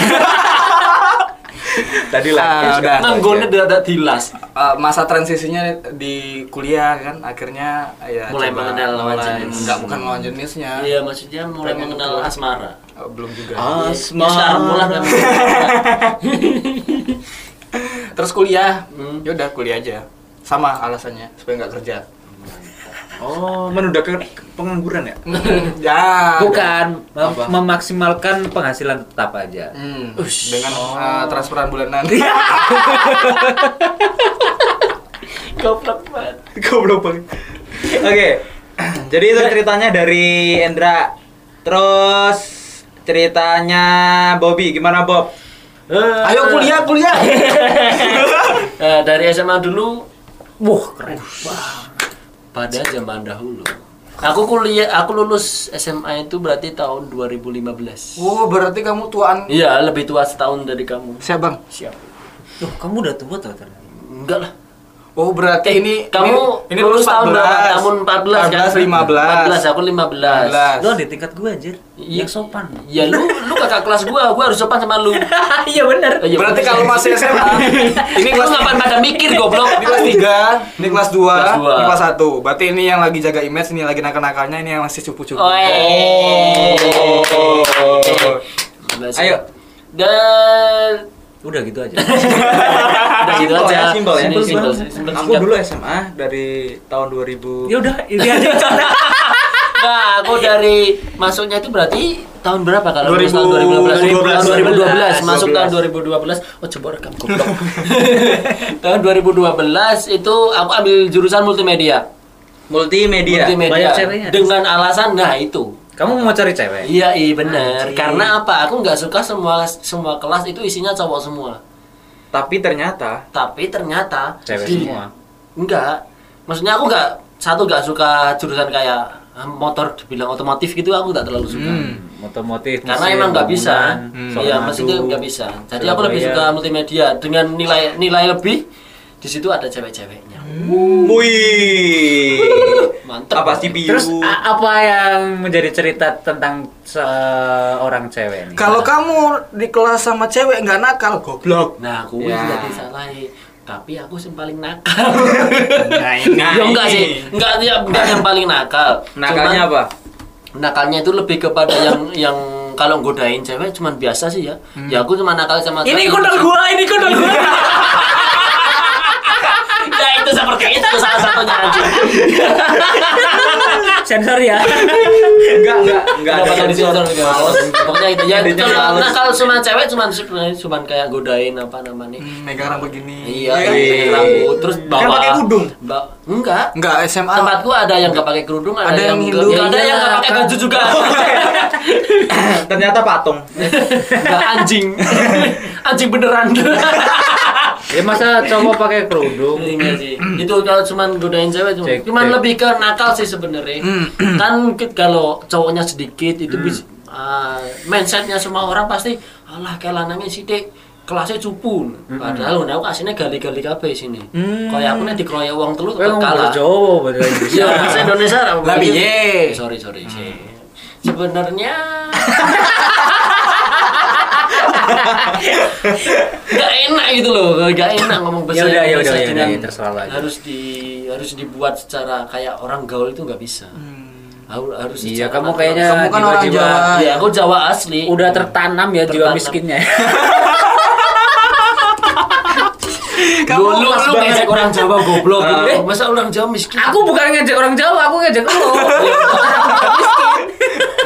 Speaker 1: tadi lah.
Speaker 3: Ah, udah.
Speaker 4: Nanggonnya udah ada dilas
Speaker 3: Eh, masa transisinya di kuliah kan akhirnya ya
Speaker 4: Mulai
Speaker 3: coba
Speaker 4: mengenal lawan
Speaker 3: mulai-
Speaker 4: jenis.
Speaker 3: nggak bukan lawan jenisnya
Speaker 4: Iya, maksudnya mulai mengenal asmara
Speaker 3: Eh, belum juga
Speaker 1: Asma.
Speaker 4: Ya, sekarang mulai kan.
Speaker 3: terus kuliah
Speaker 4: Hmm.
Speaker 3: yaudah kuliah aja sama alasannya supaya nggak kerja
Speaker 1: Oh, men udah ke ke pengangguran ya?
Speaker 3: ya
Speaker 2: bukan mem-
Speaker 1: Apa?
Speaker 2: memaksimalkan penghasilan tetap aja
Speaker 3: Hmm,
Speaker 4: Ush. Oh.
Speaker 3: dengan eh, transferan bulanan
Speaker 4: Goblok banget
Speaker 1: Goblok banget. Oke. Jadi itu ceritanya dari Endra. Terus ceritanya Bobby gimana Bob?
Speaker 4: Eh,
Speaker 3: ayo kuliah kuliah
Speaker 4: eh, dari SMA dulu
Speaker 2: wah keren
Speaker 4: pada zaman dahulu. Aku kuliah, aku lulus SMA itu berarti tahun 2015.
Speaker 3: oh berarti kamu tuaan
Speaker 4: Iya, lebih tua setahun dari kamu.
Speaker 3: siapa bang
Speaker 4: Siap.
Speaker 2: Loh, kamu udah tua tuh ternyata
Speaker 4: Enggak lah.
Speaker 3: Oh berarti ini
Speaker 4: Eh, kamu
Speaker 3: ini, ini
Speaker 4: lulus tahun berapa? Tahun 14 kan?
Speaker 3: 14 15.
Speaker 4: 14, aku 15.
Speaker 3: 15.
Speaker 1: Lo di tingkat gue anjir.
Speaker 4: Iya.
Speaker 1: Yang sopan.
Speaker 4: Ya lu lu kakak kelas gua, gua harus sopan sama lu.
Speaker 1: Iya benar.
Speaker 4: Oh, iya,
Speaker 3: Berarti
Speaker 4: bener.
Speaker 3: kalau masih SMA ini
Speaker 4: Lu
Speaker 3: kelas
Speaker 4: ngapain pada mikir goblok?
Speaker 3: ini kelas 3, ini kelas 2,
Speaker 4: Kelas dua.
Speaker 3: ini kelas 1. Berarti ini yang lagi jaga image, ini lagi nakal-nakalnya, ini yang masih cupu-cupu.
Speaker 4: eh. Oh.
Speaker 1: Ayo.
Speaker 4: Dan
Speaker 1: Udah gitu aja.
Speaker 4: udah gitu
Speaker 1: Simpel
Speaker 4: aja.
Speaker 1: ya, simpel ya.
Speaker 4: Simpel, simpel,
Speaker 1: Simpel.
Speaker 4: simpel,
Speaker 1: Aku
Speaker 4: singkat.
Speaker 1: dulu
Speaker 3: ya.
Speaker 1: SMA dari tahun 2000. Ya udah, ini aja contoh.
Speaker 4: Nah, aku dari masuknya itu berarti tahun berapa kalau lulus tahun
Speaker 5: 2012.
Speaker 4: 2012. 2012. Masuk tahun 2012. Oh, coba rekam goblok. tahun 2012 itu aku ambil jurusan multimedia.
Speaker 1: Multimedia. Banyak ceweknya.
Speaker 4: Dengan alasan nah itu.
Speaker 2: Kamu mau cari cewek?
Speaker 4: Iya, iya benar.
Speaker 1: Anjing.
Speaker 4: Karena apa? Aku nggak suka semua semua kelas itu isinya cowok semua.
Speaker 1: Tapi ternyata
Speaker 4: Tapi ternyata
Speaker 2: Cewek
Speaker 4: di-
Speaker 2: semua.
Speaker 4: Enggak. Maksudnya aku nggak satu nggak suka jurusan kayak eh, motor dibilang otomotif gitu aku nggak terlalu suka.
Speaker 3: Hmm.
Speaker 2: Otomotif.
Speaker 4: Karena
Speaker 2: mesin,
Speaker 4: emang nggak bisa.
Speaker 2: bangunan,
Speaker 3: Hmm.
Speaker 2: soal
Speaker 4: Iya,
Speaker 2: madu,
Speaker 4: maksudnya nggak bisa. Jadi aku
Speaker 2: Surabaya.
Speaker 4: lebih suka multimedia dengan nilai nilai lebih di situ ada cewek-ceweknya.
Speaker 1: Wih.
Speaker 4: Mantep.
Speaker 3: Ah,
Speaker 1: Apa CPU?
Speaker 2: Terus
Speaker 4: ah.
Speaker 2: a- apa yang menjadi cerita tentang seorang cewek ini?
Speaker 3: Kalau kamu di kelas sama cewek nggak nakal, goblok.
Speaker 4: Nah, aku
Speaker 1: Ya.
Speaker 4: jadi salah. eh. Tapi aku yang paling nakal.
Speaker 3: Nah,
Speaker 4: ya enggak sih. Enggak, ya, enggak yang paling nakal.
Speaker 1: Nakalnya
Speaker 4: Cuman,
Speaker 1: apa?
Speaker 4: Nakalnya itu lebih kepada yang yang kalau godain cewek cuman biasa sih ya.
Speaker 1: Hmm.
Speaker 4: Ya aku cuma nakal sama cewek.
Speaker 1: gua, ini kondol gua.
Speaker 4: Ya itu seperti itu salah satunya anjing.
Speaker 2: sensor ya.
Speaker 1: Enggak, enggak, enggak ada
Speaker 4: Kenapa nggak
Speaker 1: sensor.
Speaker 4: disensor gitu? Pokoknya itu ya.
Speaker 1: Adanya
Speaker 4: Kalau
Speaker 1: halus.
Speaker 4: nakal cuma cewek cuman cuman kayak godain apa namanya.
Speaker 3: Megang rambut gini.
Speaker 4: Iya,
Speaker 1: Hmm. iya.
Speaker 4: iya, rambut terus bawa.
Speaker 1: Kan pakai kudung.
Speaker 4: Ba- enggak.
Speaker 3: Enggak SMA.
Speaker 4: Tempatku ada yang nggak pakai kerudung, ada,
Speaker 3: Ada yang
Speaker 4: nggak-
Speaker 3: hidung.
Speaker 4: ada yang nggak pakai
Speaker 3: Iya,
Speaker 4: baju juga.
Speaker 1: ternyata patung.
Speaker 4: Nggak anjing, anjing beneran.
Speaker 2: Ya masa cowok pakai kerudung?
Speaker 4: Iya sih. Itu kalau cuman godain cewek cuma,
Speaker 2: Cek,
Speaker 4: cuman
Speaker 2: cek.
Speaker 4: lebih ke nakal sih sebenarnya. kan ke- kalau cowoknya sedikit itu bis- ah, mindsetnya semua orang pasti alah kayak lanangnya sidik kelasnya cupu. Padahal nah, aku aslinya gali-gali kabeh sini. Kayak aku nih dikeroyok Hmm. wong telu
Speaker 2: Kamu
Speaker 4: kalah.
Speaker 2: Jawa bahasa Inggris.
Speaker 4: Iya, bahasa Indonesia apa?
Speaker 3: Lah, piye?
Speaker 4: Sorry, sorry. sih. Sebenarnya Gak enak gitu loh, gak enak ngomong bahasa
Speaker 2: Yaudah, yaudah,
Speaker 4: Indonesia
Speaker 2: yaudah,
Speaker 4: dengan-
Speaker 2: yaudah, terserah lo aja.
Speaker 4: Harus di harus dibuat secara kayak orang gaul itu nggak bisa. Har- Harus
Speaker 2: Iya,
Speaker 4: secara
Speaker 2: kamu
Speaker 4: natural.
Speaker 2: kayaknya
Speaker 3: Hmm. Kamu kan orang
Speaker 2: jiwa-jiwa
Speaker 3: Jawa.
Speaker 4: Iya, aku Jawa asli.
Speaker 2: udah tertanam ya jiwa
Speaker 4: Tertanam.
Speaker 2: miskinnya.
Speaker 4: Kamu lu lu ngejek orang Jawa goblok. Eh, masa orang Jawa miskin?
Speaker 2: aku bukan ngejek orang Jawa, aku ngejek lo.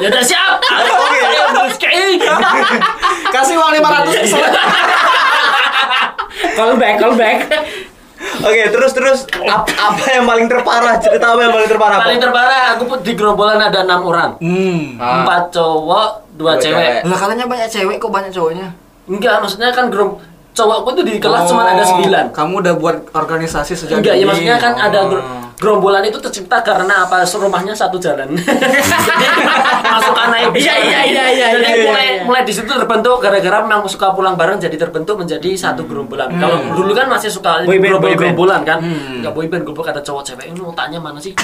Speaker 4: ya udah siap. Ayo, miskin.
Speaker 3: Kasih uang 500 kesel.
Speaker 2: call back, call back.
Speaker 1: Oke, terus terus ap- apa yang paling terparah? Cerita apa yang paling terparah?
Speaker 4: Paling
Speaker 1: Pak?
Speaker 4: terparah aku pun di gerombolan ada enam orang.
Speaker 3: Hmm.
Speaker 1: Ah.
Speaker 4: Empat cowok, dua
Speaker 1: Dua
Speaker 4: cewek.
Speaker 3: Lah
Speaker 2: kan-
Speaker 3: katanya banyak cewek kok banyak cowoknya.
Speaker 4: Enggak, maksudnya kan grup cowokku tuh di kelas cuma
Speaker 2: Oh,
Speaker 4: ada sembilan.
Speaker 3: Oh, Kamu udah buat organisasi sejak
Speaker 4: Enggak, ya
Speaker 3: dini.
Speaker 4: maksudnya kan ada gr-
Speaker 3: Oh.
Speaker 4: gerombolan itu tercipta karena apa? Rumahnya satu jalan. Jadi masukan naik bis.
Speaker 2: Iya, iya, iya, iya,
Speaker 4: Jadi
Speaker 2: iya,
Speaker 4: mulai
Speaker 2: iya.
Speaker 4: mulai di situ terbentuk gara-gara memang suka pulang bareng jadi terbentuk menjadi satu gerombolan. Kalau dulu kan masih
Speaker 2: Hmm.
Speaker 4: suka
Speaker 2: Boy band, Hmm. boy band.
Speaker 4: gerombolan kan. Enggak boyband, gerombolan ada cowok cewek. Ini otaknya mana sih?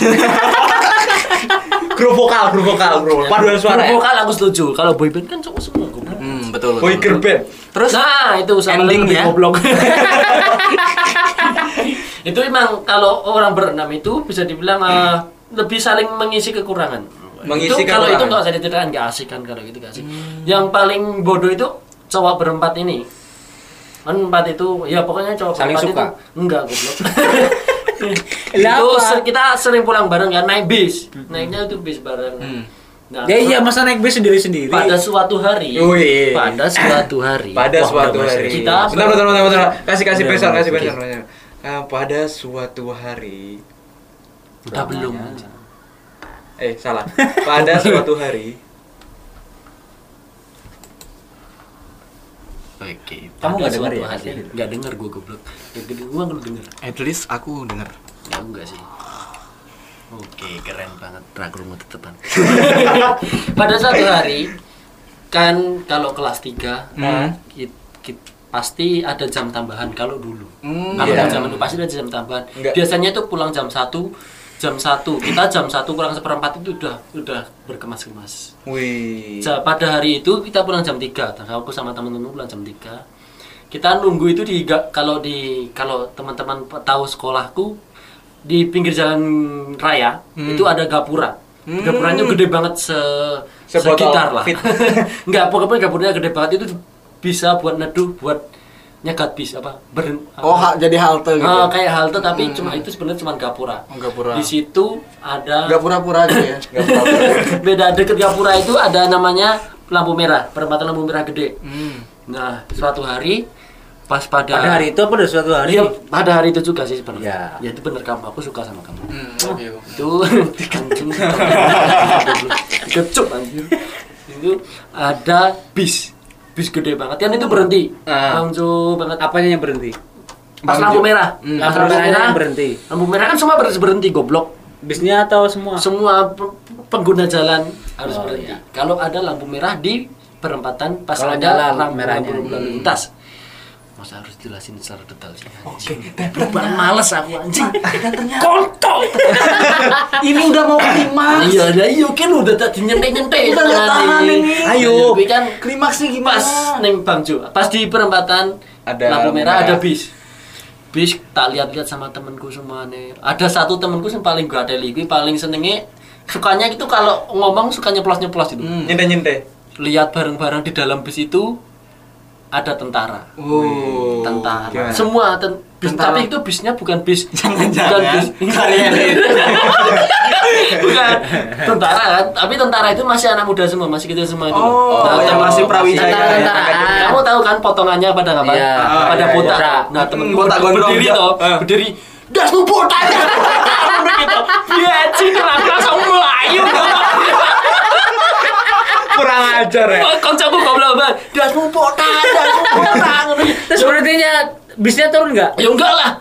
Speaker 1: Grup vokal, grup vokal, grup vokal. paduan suara. ya?
Speaker 4: Gerombolan aku setuju. Kalau boyband kan cowok semua goblok.
Speaker 3: Hmm, betul.
Speaker 1: Boy girl band.
Speaker 3: Terus
Speaker 4: nah itu sama
Speaker 3: ending
Speaker 4: lebih
Speaker 3: ya.
Speaker 4: goblok itu emang kalau orang berenam itu bisa dibilang eh, lebih saling mengisi kekurangan
Speaker 1: Mengisi
Speaker 4: itu, kalau itu
Speaker 1: kekurangan.
Speaker 4: nggak usah diceritain nggak asik kan kalau gitu nggak asik yang paling bodoh itu cowok berempat ini kan empat itu ya pokoknya cowok
Speaker 2: Saling
Speaker 4: berempat
Speaker 2: suka?
Speaker 4: itu enggak goblok
Speaker 2: Lah,
Speaker 4: itu
Speaker 2: apa?
Speaker 4: ser- kita sering pulang bareng kan naik bis naiknya itu bis bareng nah,
Speaker 2: Ya iya, masa naik bis sendiri-sendiri.
Speaker 4: pada suatu hari
Speaker 1: Wih.
Speaker 4: pada suatu hari
Speaker 1: Pada
Speaker 4: Wah,
Speaker 1: suatu
Speaker 4: udah masuk.
Speaker 1: hari.
Speaker 4: kita
Speaker 1: Bentar, bentar, bentar, bentar. Kasih kasih
Speaker 4: Udah,
Speaker 1: pesan,
Speaker 4: udah,
Speaker 1: kasih
Speaker 4: oke.
Speaker 1: pesan. pesan. Eh, pada suatu hari
Speaker 4: udah belum
Speaker 1: eh salah. Pada suatu hari
Speaker 4: oke
Speaker 2: Kamu nggak dengar ya?
Speaker 4: nggak dengar gue goblok yang gede gue nggak denger
Speaker 3: at least aku denger.
Speaker 4: ya enggak sih oke keren banget rakur mau tetepan pada suatu hari kan kalau kelas 3
Speaker 3: Hmm.
Speaker 4: ki- ki- pasti ada jam tambahan kalau dulu.
Speaker 3: Hmm,
Speaker 4: kalau
Speaker 1: iya.
Speaker 4: zaman itu pasti ada jam tambahan.
Speaker 3: Enggak.
Speaker 4: Biasanya itu pulang jam 1 jam 1 kita jam 1 kurang seperempat itu udah udah berkemas-kemas.
Speaker 1: Wih.
Speaker 4: Ja- pada hari itu kita pulang jam 3 Terus aku sama teman-teman pulang jam 3 kita nunggu itu di ga- kalau di kalau teman-teman pe- tahu sekolahku di pinggir jalan raya
Speaker 3: Hmm.
Speaker 4: itu ada gapura gapuranya gede banget se
Speaker 1: Sebotol
Speaker 4: sekitar lah
Speaker 1: fit.
Speaker 4: nggak pokoknya gapuranya gede banget itu bisa buat neduh buat nyegat bis apa beren
Speaker 3: Oh, ha- jadi halte gitu.
Speaker 4: Ah, kayak halte tapi cuma itu sebenarnya cuma gapura
Speaker 3: Oh, gapura.
Speaker 4: di situ ada
Speaker 3: Enggak pura-pura aja ya. Enggak pura-pura.
Speaker 4: beda deket Gapura itu ada namanya lampu merah perempatan lampu merah gede
Speaker 3: Hmm.
Speaker 4: nah suatu hari pas pada,
Speaker 2: Pada hari itu apa pada suatu hari?
Speaker 4: Iya, pada hari itu juga sih sebenarnya
Speaker 2: Ya.
Speaker 4: ya itu bener kamu aku suka sama kamu
Speaker 3: Hmm,
Speaker 1: Oh,
Speaker 3: love
Speaker 1: iya.
Speaker 3: you.
Speaker 4: itu anjing kecup anjir itu ada bis bis gede banget kan itu berhenti
Speaker 2: Ah.
Speaker 4: langsung banget
Speaker 2: Apanya yang berhenti?
Speaker 4: pas lampu merah pas
Speaker 2: Hmm, Lampu merahnya berhenti.
Speaker 4: lampu merah kan semua ber- berhenti goblok
Speaker 2: Bisnya atau semua?
Speaker 4: semua pe- pengguna jalan harus
Speaker 2: Oh,
Speaker 4: berhenti.
Speaker 2: iya.
Speaker 4: Kalau ada lampu merah di perempatan pas
Speaker 2: Kalau
Speaker 4: ada
Speaker 2: nyala
Speaker 4: lampu
Speaker 2: merahnya.
Speaker 4: lampu lalu lintas. Masa harus jelasin secara detail sih. Oke, bukan males aku anjing. Kontol.
Speaker 3: Ini udah mau klimaks.
Speaker 4: Iya, iya, iya, kan udah tak nyentek-nyentek.
Speaker 3: Udah nggak tahan ini.
Speaker 4: Ayo, tapi kan
Speaker 3: Klimaksnya gimana?
Speaker 4: pas neng Bangjo, pas di perempatan
Speaker 1: Ada
Speaker 4: lampu merah
Speaker 1: merah.
Speaker 4: ada bis. Bis tak lihat-lihat sama temenku semua nih. Ada satu temenku yang paling gak ada lagi, paling senengnya sukanya itu kalau ngomong suka nyeplos-nyeplos itu.
Speaker 3: Hmm.
Speaker 1: Nyende nyende.
Speaker 4: Lihat bareng-bareng di dalam bis itu ada tentara.
Speaker 3: Oh.
Speaker 4: tentara.
Speaker 1: gimana?
Speaker 4: Semua ten- bis,
Speaker 3: Tentara.
Speaker 4: tapi itu bisnya bukan bis bukan
Speaker 3: Jangan-jangan ya,
Speaker 4: bis. bukan tentara kan tapi tentara itu masih anak muda semua masih kecil semua itu
Speaker 3: Oh, yang masih prawijaya.
Speaker 4: tentara
Speaker 2: Angkatan.
Speaker 4: kamu tahu kan potongannya pada apa
Speaker 2: Iya.
Speaker 4: pada
Speaker 3: Ah, iya,
Speaker 4: botak
Speaker 2: iya.
Speaker 4: nah temen
Speaker 3: Hmm, botak gondrong.
Speaker 4: berdiri
Speaker 3: Iya.
Speaker 4: toh
Speaker 3: Ah.
Speaker 4: berdiri das lu botak gitu ya cinta langsung melayu
Speaker 1: Kurang ajar ya.
Speaker 4: kancaku goblok banget das lu botak das lu botak Iya.
Speaker 2: Terus berhentinya bisnya turun nggak?
Speaker 4: Ya enggak lah.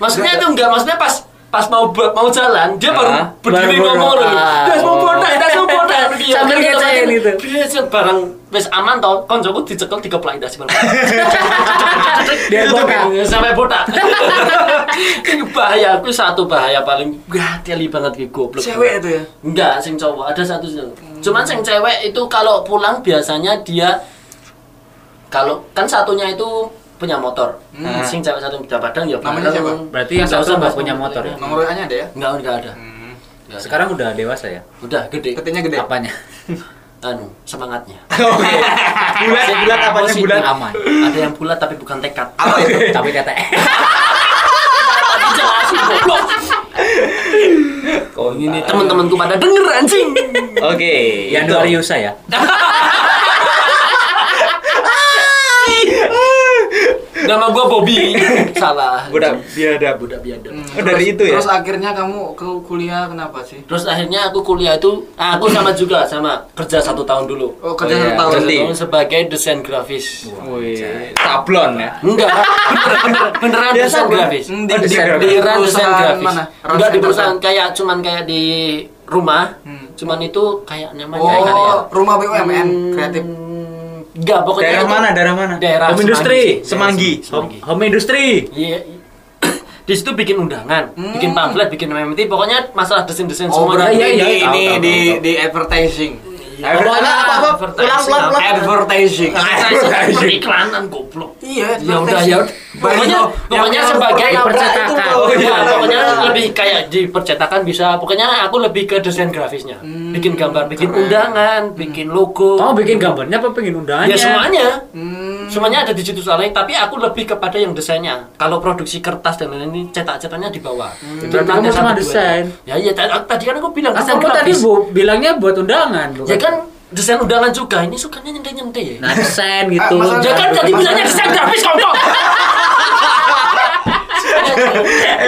Speaker 4: Maksudnya itu enggak, maksudnya pas pas mau ba- mau jalan dia baru
Speaker 1: Ah,
Speaker 4: berdiri
Speaker 2: baru-
Speaker 4: ngomong
Speaker 2: baru-
Speaker 4: dulu.
Speaker 2: ah,
Speaker 4: Das mau
Speaker 2: oh.
Speaker 4: botak, das mau botak. Gitu ya.
Speaker 2: Sambil
Speaker 4: Gitu,
Speaker 2: ngecekin
Speaker 4: makanya
Speaker 2: itu.
Speaker 4: Biasa barang wis aman toh, koncoku dicekel dikeplak das barang. Iya.
Speaker 2: Dia botak.
Speaker 4: Sampai botak. Ini bahaya, aku satu bahaya paling gak teli banget ki goblok.
Speaker 3: Cewek itu ya?
Speaker 4: Enggak, sing cowok ada satu sing cowok. Cuman sing cewek itu kalau pulang biasanya dia kalau kan satunya itu punya motor.
Speaker 1: Hmm.
Speaker 4: Sing cewek satu punya padang ya.
Speaker 3: Namanya
Speaker 4: bareng.
Speaker 3: siapa?
Speaker 2: Berarti yang
Speaker 4: Nggak
Speaker 2: satu
Speaker 4: usah
Speaker 2: nggak
Speaker 4: bahas
Speaker 2: punya
Speaker 4: nama
Speaker 2: motor
Speaker 4: motornya.
Speaker 3: Nomor WA-nya ada ya?
Speaker 4: Enggak, enggak ada.
Speaker 3: Hmm.
Speaker 4: Nggak ada.
Speaker 2: Sekarang udah dewasa ya?
Speaker 4: udah gede.
Speaker 3: Ketiknya gede.
Speaker 2: Apanya?
Speaker 4: Anu, semangatnya.
Speaker 5: Bulat,
Speaker 4: Masih
Speaker 5: bulat apanya
Speaker 4: masih
Speaker 5: bulat?
Speaker 4: aman. Ada yang bulat tapi bukan tekad.
Speaker 3: Apa itu?
Speaker 2: Tapi kata
Speaker 4: Tadi jelasin goblok.
Speaker 1: Kontak.
Speaker 4: Ini teman-temanku pada denger anjing.
Speaker 1: Oke. itu.
Speaker 2: yang Doriusa ya?
Speaker 4: Nama gua Bobby. Salah.
Speaker 1: Budak biadab.
Speaker 4: budak biadab.
Speaker 1: Oh, dari itu ya?
Speaker 3: Terus akhirnya kamu ke kuliah kenapa sih?
Speaker 4: Terus akhirnya aku kuliah itu, ah, aku sama juga sama kerja satu tahun dulu.
Speaker 3: Oh,
Speaker 1: Oh,
Speaker 3: kerja
Speaker 1: iya.
Speaker 3: satu tahun.
Speaker 1: Berhenti.
Speaker 4: Tahun sebagai desain grafis.
Speaker 1: Wih, sablon ya.
Speaker 4: Enggak, bener, bener, beneran
Speaker 1: Biasa,
Speaker 4: desain
Speaker 1: Bro.
Speaker 4: grafis.
Speaker 3: Hmm,
Speaker 1: Oh, desain
Speaker 4: Beneran
Speaker 1: grafis.
Speaker 4: desain
Speaker 3: Perusahaan
Speaker 4: grafis.
Speaker 3: mana?
Speaker 4: Enggak di
Speaker 3: Rosen
Speaker 4: perusahaan
Speaker 3: Grafis.
Speaker 4: kayak cuman kayak di rumah,
Speaker 3: Hmm.
Speaker 4: cuman itu kayak namanya
Speaker 3: Oh,
Speaker 4: kayak Hmm,
Speaker 3: rumah BUMN kreatif.
Speaker 4: Enggak, pokoknya
Speaker 1: Daerah
Speaker 4: itu
Speaker 1: mana? Daerah mana?
Speaker 4: Daerah
Speaker 2: Home industry.
Speaker 1: Semanggi.
Speaker 4: Daerah Semanggi.
Speaker 2: Home industry.
Speaker 4: Iya. di situ bikin undangan, bikin
Speaker 3: Hmm.
Speaker 4: pamflet, bikin MMT, pokoknya masalah desain-desain
Speaker 3: Oh,
Speaker 4: semua.
Speaker 3: berarti
Speaker 2: Iya, iya,
Speaker 3: di
Speaker 2: tahu,
Speaker 3: di
Speaker 2: tahu,
Speaker 3: di,
Speaker 2: tahu, Iya.
Speaker 3: di advertising.
Speaker 1: Pokoknya apa-apa,
Speaker 4: pulang pulang
Speaker 3: Advertising.
Speaker 4: iya.
Speaker 2: Ah,
Speaker 4: iklanan goblok
Speaker 3: Iya,
Speaker 4: ya udah ya udah. pokoknya pokoknya sebagai
Speaker 2: percetakan.
Speaker 4: Oh, iya, pokoknya
Speaker 3: lebih
Speaker 4: lebih kayak di percetakan bisa pokoknya aku lebih ke desain grafisnya
Speaker 3: Hmm,
Speaker 4: bikin gambar bikin
Speaker 3: keren. Hmm.
Speaker 4: undangan Oh, bikin logo
Speaker 2: Kamu bikin gambarnya apa pengen undangannya?
Speaker 4: ya semuanya
Speaker 3: Hmm.
Speaker 4: semuanya ada di situ soalnya tapi aku lebih kepada yang desainnya kalau produksi kertas dan lain-lain ini cetak-cetaknya di bawah
Speaker 3: Hmm.
Speaker 2: Berarti kamu
Speaker 4: Cetaknya
Speaker 2: cuma
Speaker 4: satu, dua.
Speaker 2: desain.
Speaker 4: ya iya tadi tadi kan aku bilang
Speaker 2: Asal
Speaker 4: aku
Speaker 2: kamu tadi
Speaker 4: grafis.
Speaker 2: bu, bilangnya buat undangan, bukan?
Speaker 4: ya kan desain undangan juga ini sukanya nyentai-nyentai ya
Speaker 2: Nah, desain gitu.
Speaker 3: Ah, masalah-
Speaker 4: Ya kan jadi bilangnya desain grafis kongkong.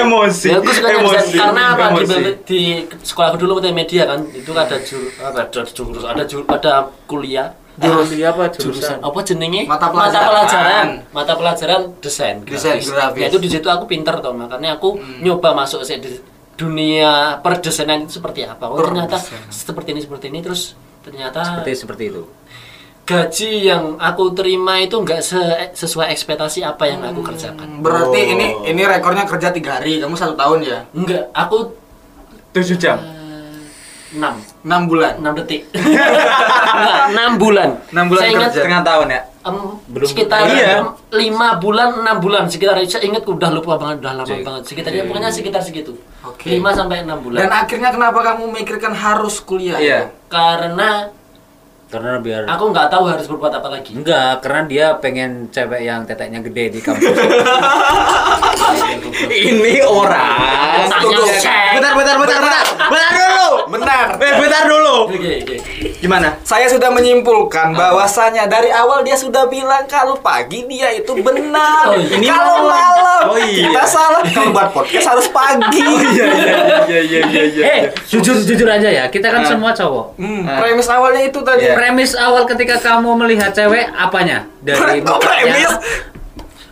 Speaker 1: Emosi.
Speaker 4: Ya, aku suka desain karena apa di,
Speaker 1: Emosi.
Speaker 4: di sekolah aku dulu multimedia kan itu ada jur apa ada jurus ada jur, ada kuliah
Speaker 2: Jurus apa jurusan? Oh,
Speaker 4: jurusan apa jenenge
Speaker 3: Mata pelajaran.
Speaker 4: pelajaran mata pelajaran desain
Speaker 3: Desain grafis.
Speaker 4: ya itu di situ aku pinter toh makanya aku nyoba masuk se- di dunia perdesainan itu seperti apa oh ternyata
Speaker 3: Perdesainan.
Speaker 4: seperti ini seperti ini terus ternyata
Speaker 2: Seperti seperti itu.
Speaker 4: gaji yang aku terima itu nggak se- sesuai ekspektasi apa yang aku kerjakan.
Speaker 3: Berarti
Speaker 5: Oh.
Speaker 3: ini ini rekornya kerja tiga hari, kamu satu tahun ya?
Speaker 4: Enggak, aku
Speaker 5: 7 jam.
Speaker 4: 6
Speaker 3: Enam bulan.
Speaker 4: 6 detik. Enggak, 6 bulan.
Speaker 5: 6 bulan
Speaker 4: Saya ingat
Speaker 5: kerja.
Speaker 1: Setengah tahun ya.
Speaker 4: em, sekitar
Speaker 5: Iya.
Speaker 4: 5 bulan 6 bulan sekitar saya ingat udah lupa banget udah lama
Speaker 1: Cek.
Speaker 4: banget. Sekitarnya
Speaker 1: Cek.
Speaker 4: pokoknya sekitar segitu.
Speaker 3: Oke.
Speaker 4: 5 sampai 6 bulan.
Speaker 3: Dan akhirnya kenapa kamu mikirkan harus kuliah?
Speaker 1: Iya.
Speaker 4: karena
Speaker 2: Karena biar
Speaker 4: aku nggak tahu harus berbuat apa lagi.
Speaker 2: enggak, karena dia pengen cewek yang teteknya gede di kampus.
Speaker 1: Ini orang.
Speaker 4: Tanya cek.
Speaker 5: Bentar, bentar, bentar, bentar. Bentar dulu.
Speaker 3: Benar.
Speaker 5: Eh, bentar dulu.
Speaker 4: Oke, oke.
Speaker 5: Gimana?
Speaker 3: Saya sudah menyimpulkan bahwasanya dari awal dia sudah bilang kalau pagi dia itu benar.
Speaker 4: Oh, ini
Speaker 3: kalau malam
Speaker 5: Oh, iya.
Speaker 3: kita salah. Kalau buat podcast harus pagi.
Speaker 5: Iya, iya, iya, iya.
Speaker 2: Eh, jujur jujur aja ya, kita
Speaker 4: Ah.
Speaker 2: kan semua cowok.
Speaker 3: Hmm, premis awalnya itu tadi.
Speaker 5: Iya.
Speaker 2: Premis awal ketika kamu melihat cewek apanya? Dari
Speaker 3: Kok premis?
Speaker 2: mukanya,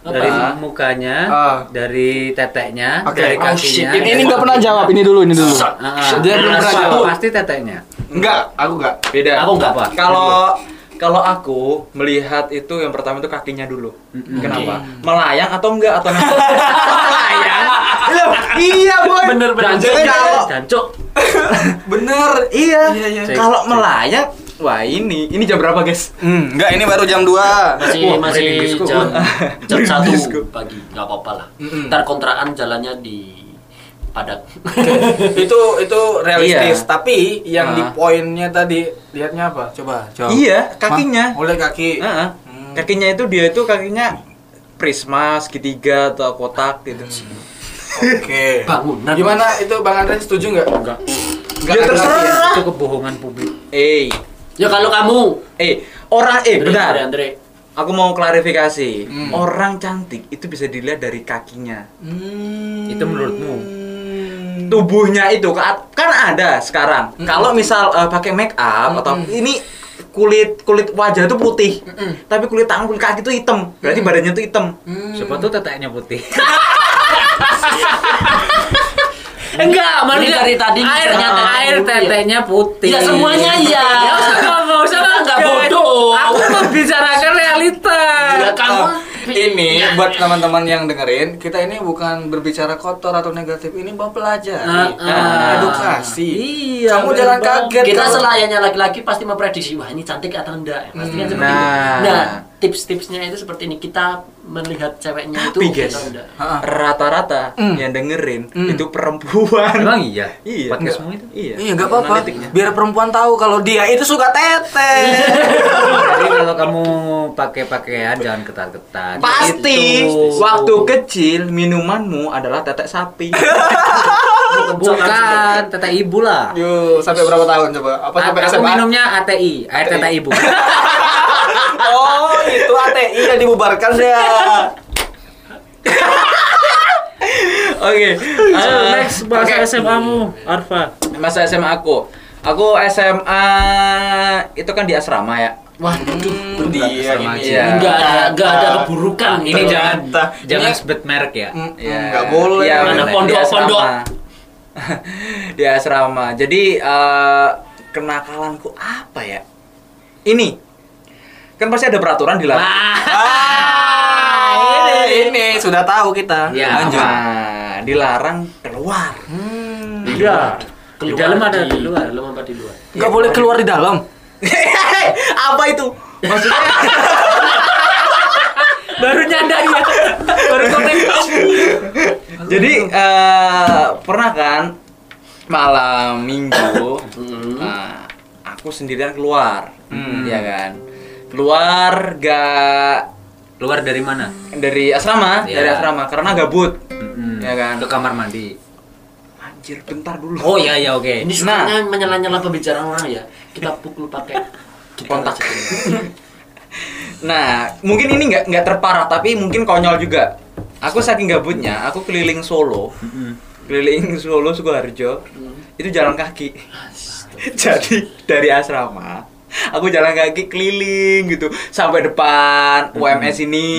Speaker 2: dari
Speaker 1: Apa?
Speaker 2: mukanya,
Speaker 3: Ah.
Speaker 2: dari teteknya,
Speaker 3: Oke.
Speaker 2: dari
Speaker 3: Oh,
Speaker 2: kakinya.
Speaker 3: shit. Ini- ini nggak
Speaker 5: pernah jawab, ini dulu, ini dulu.
Speaker 2: Ah, ah.
Speaker 3: Dia belum pernah
Speaker 2: Pasti-
Speaker 3: jawab.
Speaker 2: Pasti teteknya.
Speaker 3: Enggak, aku enggak.
Speaker 1: Beda.
Speaker 4: Aku nggak
Speaker 2: Apa?
Speaker 1: Kalau kalau aku melihat itu yang pertama itu kakinya dulu. Kenapa? Melayang atau enggak atau melayang?
Speaker 5: Loh, iya, boy.
Speaker 4: Bener bener.
Speaker 5: Jancuk, kalau-
Speaker 4: Jancuk.
Speaker 3: Bener.
Speaker 5: Iya.
Speaker 3: Iya, iya.
Speaker 2: Cek,
Speaker 5: Kalau
Speaker 2: cek.
Speaker 5: melayang, wah ini. Ini jam berapa, guys?
Speaker 3: Hmm, enggak ini baru jam 2.
Speaker 4: masih
Speaker 2: Wah,
Speaker 4: masih
Speaker 2: merinding
Speaker 4: jam jam satu
Speaker 5: Merinding
Speaker 4: pagi nggak apa-apa lah ntar kontrakan jalannya di Padang
Speaker 3: itu itu realistis,
Speaker 1: Iya.
Speaker 3: tapi
Speaker 1: Ah.
Speaker 3: yang di poinnya tadi lihatnya apa? Coba, coba.
Speaker 1: Iya, kakinya. Ah,
Speaker 3: Ma- Mulai kaki.
Speaker 1: Heeh.
Speaker 3: Hmm.
Speaker 1: Kakinya itu dia itu kakinya prisma, segitiga atau kotak gitu.
Speaker 3: Hmm. Oke.
Speaker 4: bangunan
Speaker 3: Gimana itu Bang Andre setuju nggak? Enggak. Enggak
Speaker 5: Ya,
Speaker 3: ada
Speaker 5: terserah.
Speaker 3: lagi ya?
Speaker 2: Itu kebohongan publik.
Speaker 1: Eh,
Speaker 4: ya kalau kamu
Speaker 1: eh, orang eh
Speaker 4: Andre, Andre,
Speaker 1: benar.
Speaker 4: Andre.
Speaker 1: Aku mau klarifikasi.
Speaker 3: Hmm.
Speaker 1: Orang cantik itu bisa dilihat dari kakinya.
Speaker 3: Hmm.
Speaker 2: Itu menurutmu?
Speaker 1: Tubuhnya itu ka- kan ada sekarang.
Speaker 3: Hmm.
Speaker 1: Kalau misal eh, pakai make up atau ini kulit kulit wajah itu putih,
Speaker 3: Hmm.
Speaker 1: tapi kulit tangan kulit kaki itu hitam. Berarti badannya itu hitam.
Speaker 2: Siapa tuh teteknya putih?
Speaker 4: enggak malu dari tadi ternyata
Speaker 2: air teteknya putih.
Speaker 4: ya semuanya iya
Speaker 2: Ya usah nggak usah
Speaker 4: Enggak,
Speaker 2: bangga.
Speaker 4: enggak bodoh.
Speaker 2: Aku membicarakan realita.
Speaker 4: Ya, kamu
Speaker 3: Oh, ini buat teman-teman yang dengerin, kita ini bukan berbicara kotor atau negatif, ini mau pelajari,
Speaker 2: Ah, ah.
Speaker 3: edukasi.
Speaker 2: Iya.
Speaker 3: Kamu jangan
Speaker 2: bener banget.
Speaker 3: kaget.
Speaker 4: kita
Speaker 3: kalau-
Speaker 4: selayaknya laki-laki pasti memprediksi wah ini cantik atau enggak pasti kan seperti
Speaker 1: Nah.
Speaker 4: itu nah tips-tipsnya itu seperti ini kita melihat ceweknya itu
Speaker 1: Tapi
Speaker 4: oke
Speaker 1: guys,
Speaker 4: atau enggak
Speaker 3: Ah, ah.
Speaker 1: rata-rata yang dengerin itu perempuan.
Speaker 2: Emang iya.
Speaker 1: Iya.
Speaker 2: Podcast
Speaker 1: Enggak.
Speaker 2: semua itu.
Speaker 1: Iya.
Speaker 3: Iya nggak apa-apa. Biar perempuan tahu kalau dia itu suka tete.
Speaker 2: Jadi kalau kamu pakai pakaian jangan ketat-ketat.
Speaker 1: Pasti
Speaker 2: Gitu.
Speaker 1: waktu kecil minumanmu adalah tetek sapi.
Speaker 2: bukan tetek ibu lah.
Speaker 3: Yuk, sampai berapa tahun coba? Apa Iya, sampai
Speaker 2: Aku
Speaker 3: SMA?
Speaker 2: minumnya ATI, air tetek ibu.
Speaker 3: Oh, itu
Speaker 1: gitu.
Speaker 3: ATI yang dibubarkan ya.
Speaker 1: Oke. eh,
Speaker 2: bahasa SMA mu, Arfa.
Speaker 1: masa SMA aku. Aku SMA itu kan di asrama ya.
Speaker 4: waduh
Speaker 3: Dia ini.
Speaker 1: Iya.
Speaker 4: Hmm. Enggak ada, enggak ada keburukan
Speaker 2: Nah.
Speaker 4: Gitu.
Speaker 2: Ini
Speaker 4: ini.
Speaker 2: jangan
Speaker 3: Ternyata.
Speaker 2: jangan
Speaker 3: Ini-
Speaker 2: sebut merek ya.
Speaker 3: Mm,
Speaker 1: Ya,
Speaker 3: Nggak boleh. Ah,
Speaker 1: ya,
Speaker 4: Mana
Speaker 1: di
Speaker 4: pondok,
Speaker 1: asrama.
Speaker 4: pondok.
Speaker 1: di asrama. Jadi eh, kenakalanku apa ya? Ini kan pasti ada peraturan di lapangan.
Speaker 3: Ah, ini, ini sudah tahu kita.
Speaker 2: Ya,
Speaker 3: Lanjut.
Speaker 1: Nah, dilarang keluar.
Speaker 3: Hmm.
Speaker 2: Iya. Di
Speaker 4: Keluar
Speaker 2: dalam ada di luar.
Speaker 4: dalam apa di luar?
Speaker 3: Nggak boleh keluar di dalam.
Speaker 1: Eh, apa itu? Maksudnya
Speaker 2: Baru nyadar ya. Baru connect.
Speaker 1: jadi eh, pernah kan malam minggu eh, aku sendirian keluar. Iya kan? Keluar gak
Speaker 2: Keluar dari mana?
Speaker 1: dari asrama,
Speaker 2: Iya.
Speaker 1: dari asrama karena gabut.
Speaker 3: Hmm.
Speaker 2: Mm-mm.
Speaker 1: Ya kan?
Speaker 2: Ke kamar mandi.
Speaker 1: Anjir, bentar dulu.
Speaker 2: Oh iya iya oke.
Speaker 4: Ini sebenarnya menyela-nyela pembicaraan orang ya. Kita pukul pakai gitar
Speaker 1: Kontak.
Speaker 4: aja.
Speaker 1: Nah, mungkin ini nggak nggak terparah tapi mungkin konyol juga. Aku saking gabutnya, aku keliling Solo, keliling Solo Sukoharjo, itu jalan kaki. Jadi dari asrama, aku jalan kaki keliling gitu sampai depan UMS ini,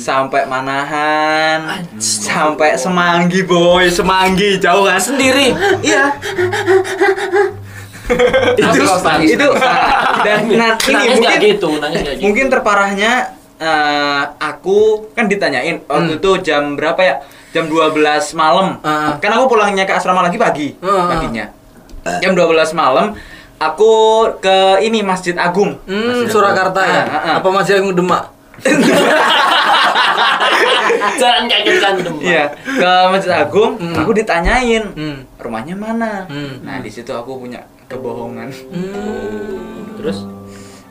Speaker 1: sampai Manahan, sampai Semanggi boy, Semanggi jauh kan?
Speaker 3: Sendiri.
Speaker 1: Iya. itu
Speaker 4: Nangis, nangis,
Speaker 1: itu dan nah, ini
Speaker 4: nangis
Speaker 1: mungkin
Speaker 4: nggak gitu nangis nggak gitu
Speaker 1: mungkin terparahnya eh, aku kan ditanyain waktu itu jam berapa ya jam 12 malam
Speaker 3: Ah.
Speaker 1: kan aku pulangnya ke asrama lagi pagi
Speaker 3: Ah.
Speaker 1: paginya jam 12 malam aku ke ini Masjid Agung
Speaker 3: Hmm, Surakarta ya?
Speaker 1: Ah, ah, ah.
Speaker 3: Apa masih yang demak?
Speaker 4: jangan kaget kan demak
Speaker 1: Iya, ke Masjid Agung
Speaker 3: Hmm.
Speaker 1: aku ditanyain
Speaker 3: Hmm.
Speaker 1: rumahnya mana.
Speaker 3: Hmm.
Speaker 1: Nah, di situ aku punya kebohongan.
Speaker 2: Terus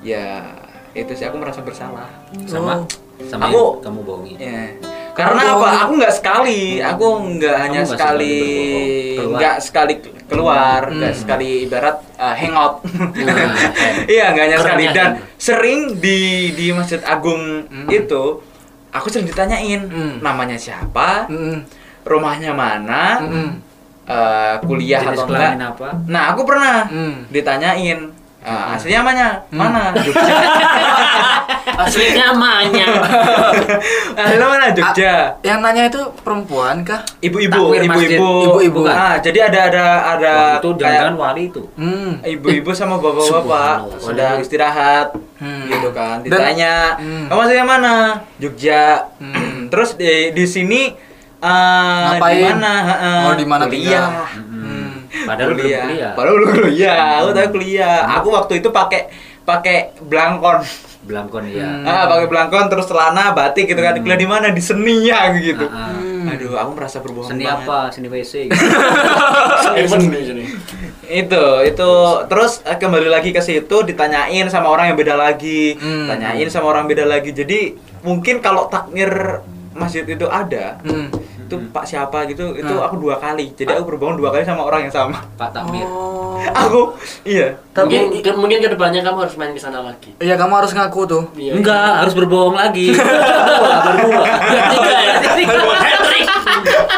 Speaker 1: Ya, itu sih aku merasa bersalah.
Speaker 2: sama
Speaker 3: Oh.
Speaker 2: sama
Speaker 1: Aku-
Speaker 2: yang kamu bohongi.
Speaker 1: Ya. Karena apa? Aku nggak sekali, aku nggak hanya
Speaker 2: nggak
Speaker 1: sekali,
Speaker 2: sekali berbohong.
Speaker 1: nggak sekali keluar, nggak
Speaker 3: Hmm.
Speaker 1: sekali ibarat uh, hangout.
Speaker 2: Hmm.
Speaker 1: Iya, nggak hanya sekali
Speaker 4: Kerennya.
Speaker 1: dan sering di di Masjid Agung
Speaker 3: Hmm.
Speaker 1: itu aku sering ditanyain
Speaker 3: Hmm.
Speaker 1: namanya siapa,
Speaker 3: Hmm.
Speaker 1: rumahnya mana,
Speaker 3: Hmm.
Speaker 1: eh, kuliah
Speaker 2: Jenis
Speaker 1: atau enggak.
Speaker 2: kelamin apa?
Speaker 1: Nah, aku pernah
Speaker 3: Hmm.
Speaker 1: ditanyain "Ah, aslinya mana?
Speaker 3: Hmm.
Speaker 1: Mana? Jogja.
Speaker 4: aslinya manya
Speaker 1: aslinya mana? Jogja.
Speaker 3: Yang nanya itu perempuan kah?
Speaker 1: Ibu-ibu,
Speaker 2: Takwir masjid.
Speaker 1: ibu-ibu,
Speaker 3: Ibu-ibu. kan?
Speaker 1: Ah, jadi ada ada ada
Speaker 2: Wah, itu jangan-jangan
Speaker 1: Eh, kayak
Speaker 2: wali itu.
Speaker 3: Hmm.
Speaker 1: ibu-ibu sama bapak-bapak
Speaker 4: Subhanallah.
Speaker 1: sedang istirahat
Speaker 3: Hmm.
Speaker 1: gitu kan.
Speaker 3: Dan-
Speaker 1: Ditanya,
Speaker 3: Hmm.
Speaker 1: "Kamu aslinya mana?" Jogja.
Speaker 3: Hmm.
Speaker 1: Terus di, di sini eh,
Speaker 3: Ngapain?
Speaker 1: di mana? Heeh.
Speaker 3: Oh, di mana
Speaker 1: Kuliah.
Speaker 3: tinggal?
Speaker 2: Hmm.
Speaker 3: Hmm.
Speaker 2: Padahal belum
Speaker 1: kuliah.
Speaker 2: kuliah.
Speaker 1: ya. Padahal belum kuliah. Aku tahu kuliah. Aku waktu itu pakai pakai blangkon.
Speaker 2: Belangkon ya.
Speaker 3: Hmm.
Speaker 1: Ah, pakai belangkon terus celana batik gitu kan. Kuliah di mana? Di seni ya gitu.
Speaker 2: Ah,
Speaker 3: Hmm.
Speaker 2: ah.
Speaker 1: Aduh, aku merasa berbohong
Speaker 2: Seni
Speaker 1: banget.
Speaker 2: apa? Seni gitu. WC.
Speaker 1: Itu, itu terus eh, kembali lagi ke situ ditanyain sama orang yang beda lagi,
Speaker 3: Hmm.
Speaker 1: tanyain sama orang beda lagi. Jadi mungkin kalau takmir masjid itu ada,
Speaker 3: Hmm.
Speaker 1: itu Pak siapa gitu, itu
Speaker 3: Hmm.
Speaker 1: aku dua kali. Jadi aku berbohong dua kali sama orang yang sama.
Speaker 2: Pak Takmir.
Speaker 3: Oh.
Speaker 1: Aku iya.
Speaker 4: mungkin ke- mungkin kedepannya kamu harus main ke sana lagi
Speaker 3: Iya, kamu harus ngaku tuh.
Speaker 4: Iya.
Speaker 2: Enggak, harus berbohong lagi. Berdua, berdua.
Speaker 4: Tiga ya? Hat-trick.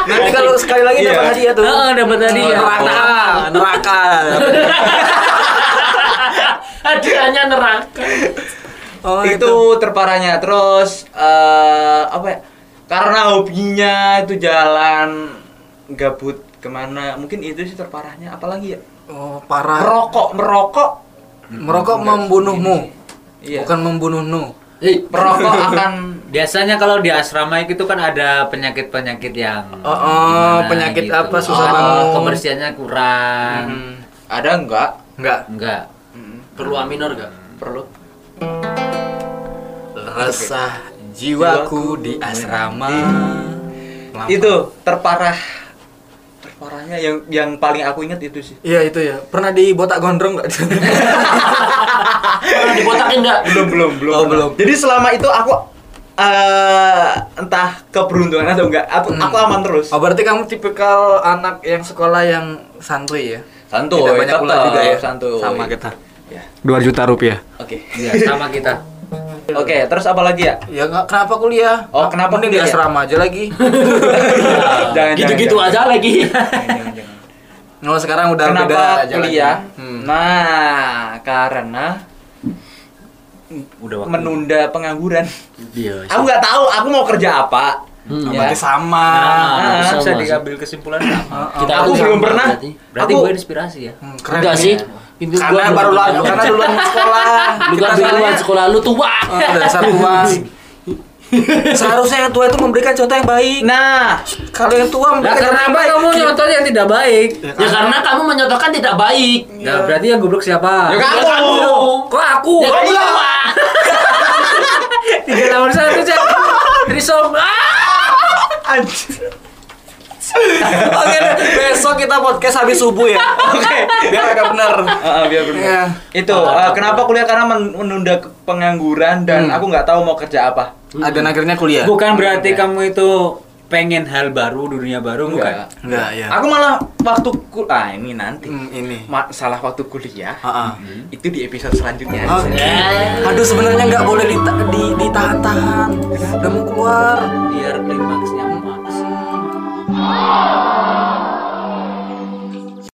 Speaker 3: Nanti kalau sekali lagi
Speaker 1: Iya.
Speaker 3: dapat hadiah tuh.
Speaker 2: Heeh, dapat ya. Nah, hadiah.
Speaker 3: Neraka, neraka.
Speaker 4: hadiahnya neraka
Speaker 3: Oh,
Speaker 1: itu terparahnya terus eh, apa ya karena hobinya itu jalan gabut kemana mungkin itu sih terparahnya apalagi ya
Speaker 3: Oh, parah.
Speaker 1: merokok merokok
Speaker 3: Merokok membunuhmu.
Speaker 1: iya
Speaker 3: Bukan membunuh nu.
Speaker 4: hei
Speaker 1: merokok akan
Speaker 2: Biasanya kalau di asrama itu kan ada penyakit-penyakit yang
Speaker 3: Oh, oh,
Speaker 2: gimana
Speaker 3: penyakit apa, susah Hmm.
Speaker 2: Oh,
Speaker 3: bangun.
Speaker 2: Kebersihannya kurang.
Speaker 1: ada enggak
Speaker 3: Enggak.
Speaker 2: Enggak.
Speaker 4: perlu aminor gak?
Speaker 1: perlu
Speaker 3: Resah jiwaku di asrama. Lama.
Speaker 1: itu terparah terparahnya yang yang paling aku ingat itu sih
Speaker 3: Iya itu ya. Pernah di botak gondrong nggak?
Speaker 4: Pernah dibotakin gak?
Speaker 1: belum belum belum
Speaker 3: Oh,
Speaker 1: pernah.
Speaker 3: belum.
Speaker 1: jadi selama itu aku eh, entah keberuntungan atau enggak aku,
Speaker 3: Hmm.
Speaker 1: aku aman terus
Speaker 3: oh berarti kamu tipikal anak yang sekolah yang santuy ya?
Speaker 1: santuy
Speaker 3: Tidak banyak pula
Speaker 1: tetap
Speaker 3: juga ya.
Speaker 1: santuy.
Speaker 3: Sama kita.
Speaker 1: Ya.
Speaker 3: Dua juta rupiah.
Speaker 1: Oke.
Speaker 2: Iya, sama kita.
Speaker 1: Oke, terus apa lagi ya?
Speaker 3: Ya nggak kenapa kuliah?
Speaker 1: Oh, kenapa
Speaker 3: Mending di
Speaker 1: kuliah?
Speaker 3: asrama aja lagi.
Speaker 1: Jangan,
Speaker 4: gitu-gitu
Speaker 1: jangan,
Speaker 4: aja lagi
Speaker 1: Jangan, jangan.
Speaker 3: Oh sekarang udah
Speaker 1: Kenapa
Speaker 3: beda jalannya.
Speaker 1: kuliah?
Speaker 3: Hmm.
Speaker 1: Nah, karena
Speaker 2: Udah waktu.
Speaker 1: menunda pengangguran.
Speaker 2: Iya.
Speaker 1: Aku nggak tahu aku mau kerja apa.
Speaker 4: Hmm,
Speaker 1: Ya.
Speaker 3: Berarti sama.
Speaker 4: Nah.
Speaker 1: Ah,
Speaker 2: bisa
Speaker 4: sama,
Speaker 2: diambil kesimpulan sama.
Speaker 4: Kita
Speaker 1: aku
Speaker 4: kan
Speaker 1: belum
Speaker 4: sama
Speaker 1: pernah.
Speaker 4: berarti.
Speaker 2: Berarti
Speaker 1: aku
Speaker 2: gue inspirasi ya.
Speaker 3: Hmm, keren
Speaker 4: enggak
Speaker 3: nih.
Speaker 4: sih Pintu
Speaker 3: Karena baru
Speaker 4: gua belum
Speaker 3: lalu,
Speaker 4: pernah
Speaker 3: karena
Speaker 4: baca.
Speaker 3: duluan sekolah.
Speaker 4: lu
Speaker 3: Kita
Speaker 4: kan duluan
Speaker 3: soalnya-
Speaker 4: sekolah lu tua
Speaker 3: Oh, dasar tua. Seharusnya yang tua itu memberikan contoh yang baik.
Speaker 1: Nah,
Speaker 3: Kalau yang tua memberikan contoh yang baik.
Speaker 2: nyontoh yang tidak baik?
Speaker 4: ya karena kamu menyatakan tidak baik
Speaker 2: Ya berarti yang goblok siapa?
Speaker 1: Ya, kamu.
Speaker 2: Kok aku?
Speaker 4: ya kamu tua
Speaker 2: Tiga lawan satu Ah! cek. Trisom.
Speaker 3: Oke, deh. besok kita podcast habis subuh ya.
Speaker 1: oke.
Speaker 3: Biar agak benar.
Speaker 1: Ah, ah, biar benar.
Speaker 3: Iya.
Speaker 1: Itu ah, kenapa kuliah karena men- menunda ke- pengangguran dan
Speaker 3: Hmm.
Speaker 1: aku nggak tahu mau kerja apa.
Speaker 3: Ah, Dan akhirnya kuliah.
Speaker 2: Bukan berarti kamu itu pengen hal baru, dunia baru, bukan?
Speaker 3: Enggak ya.
Speaker 1: Aku malah waktu kul ah ini nanti
Speaker 3: Hmm, ini.
Speaker 1: Ma- salah waktu kuliah
Speaker 3: Ah, ah.
Speaker 1: itu di episode selanjutnya.
Speaker 3: Oh, iya. Oke. Aduh sebenarnya nggak boleh dita- di-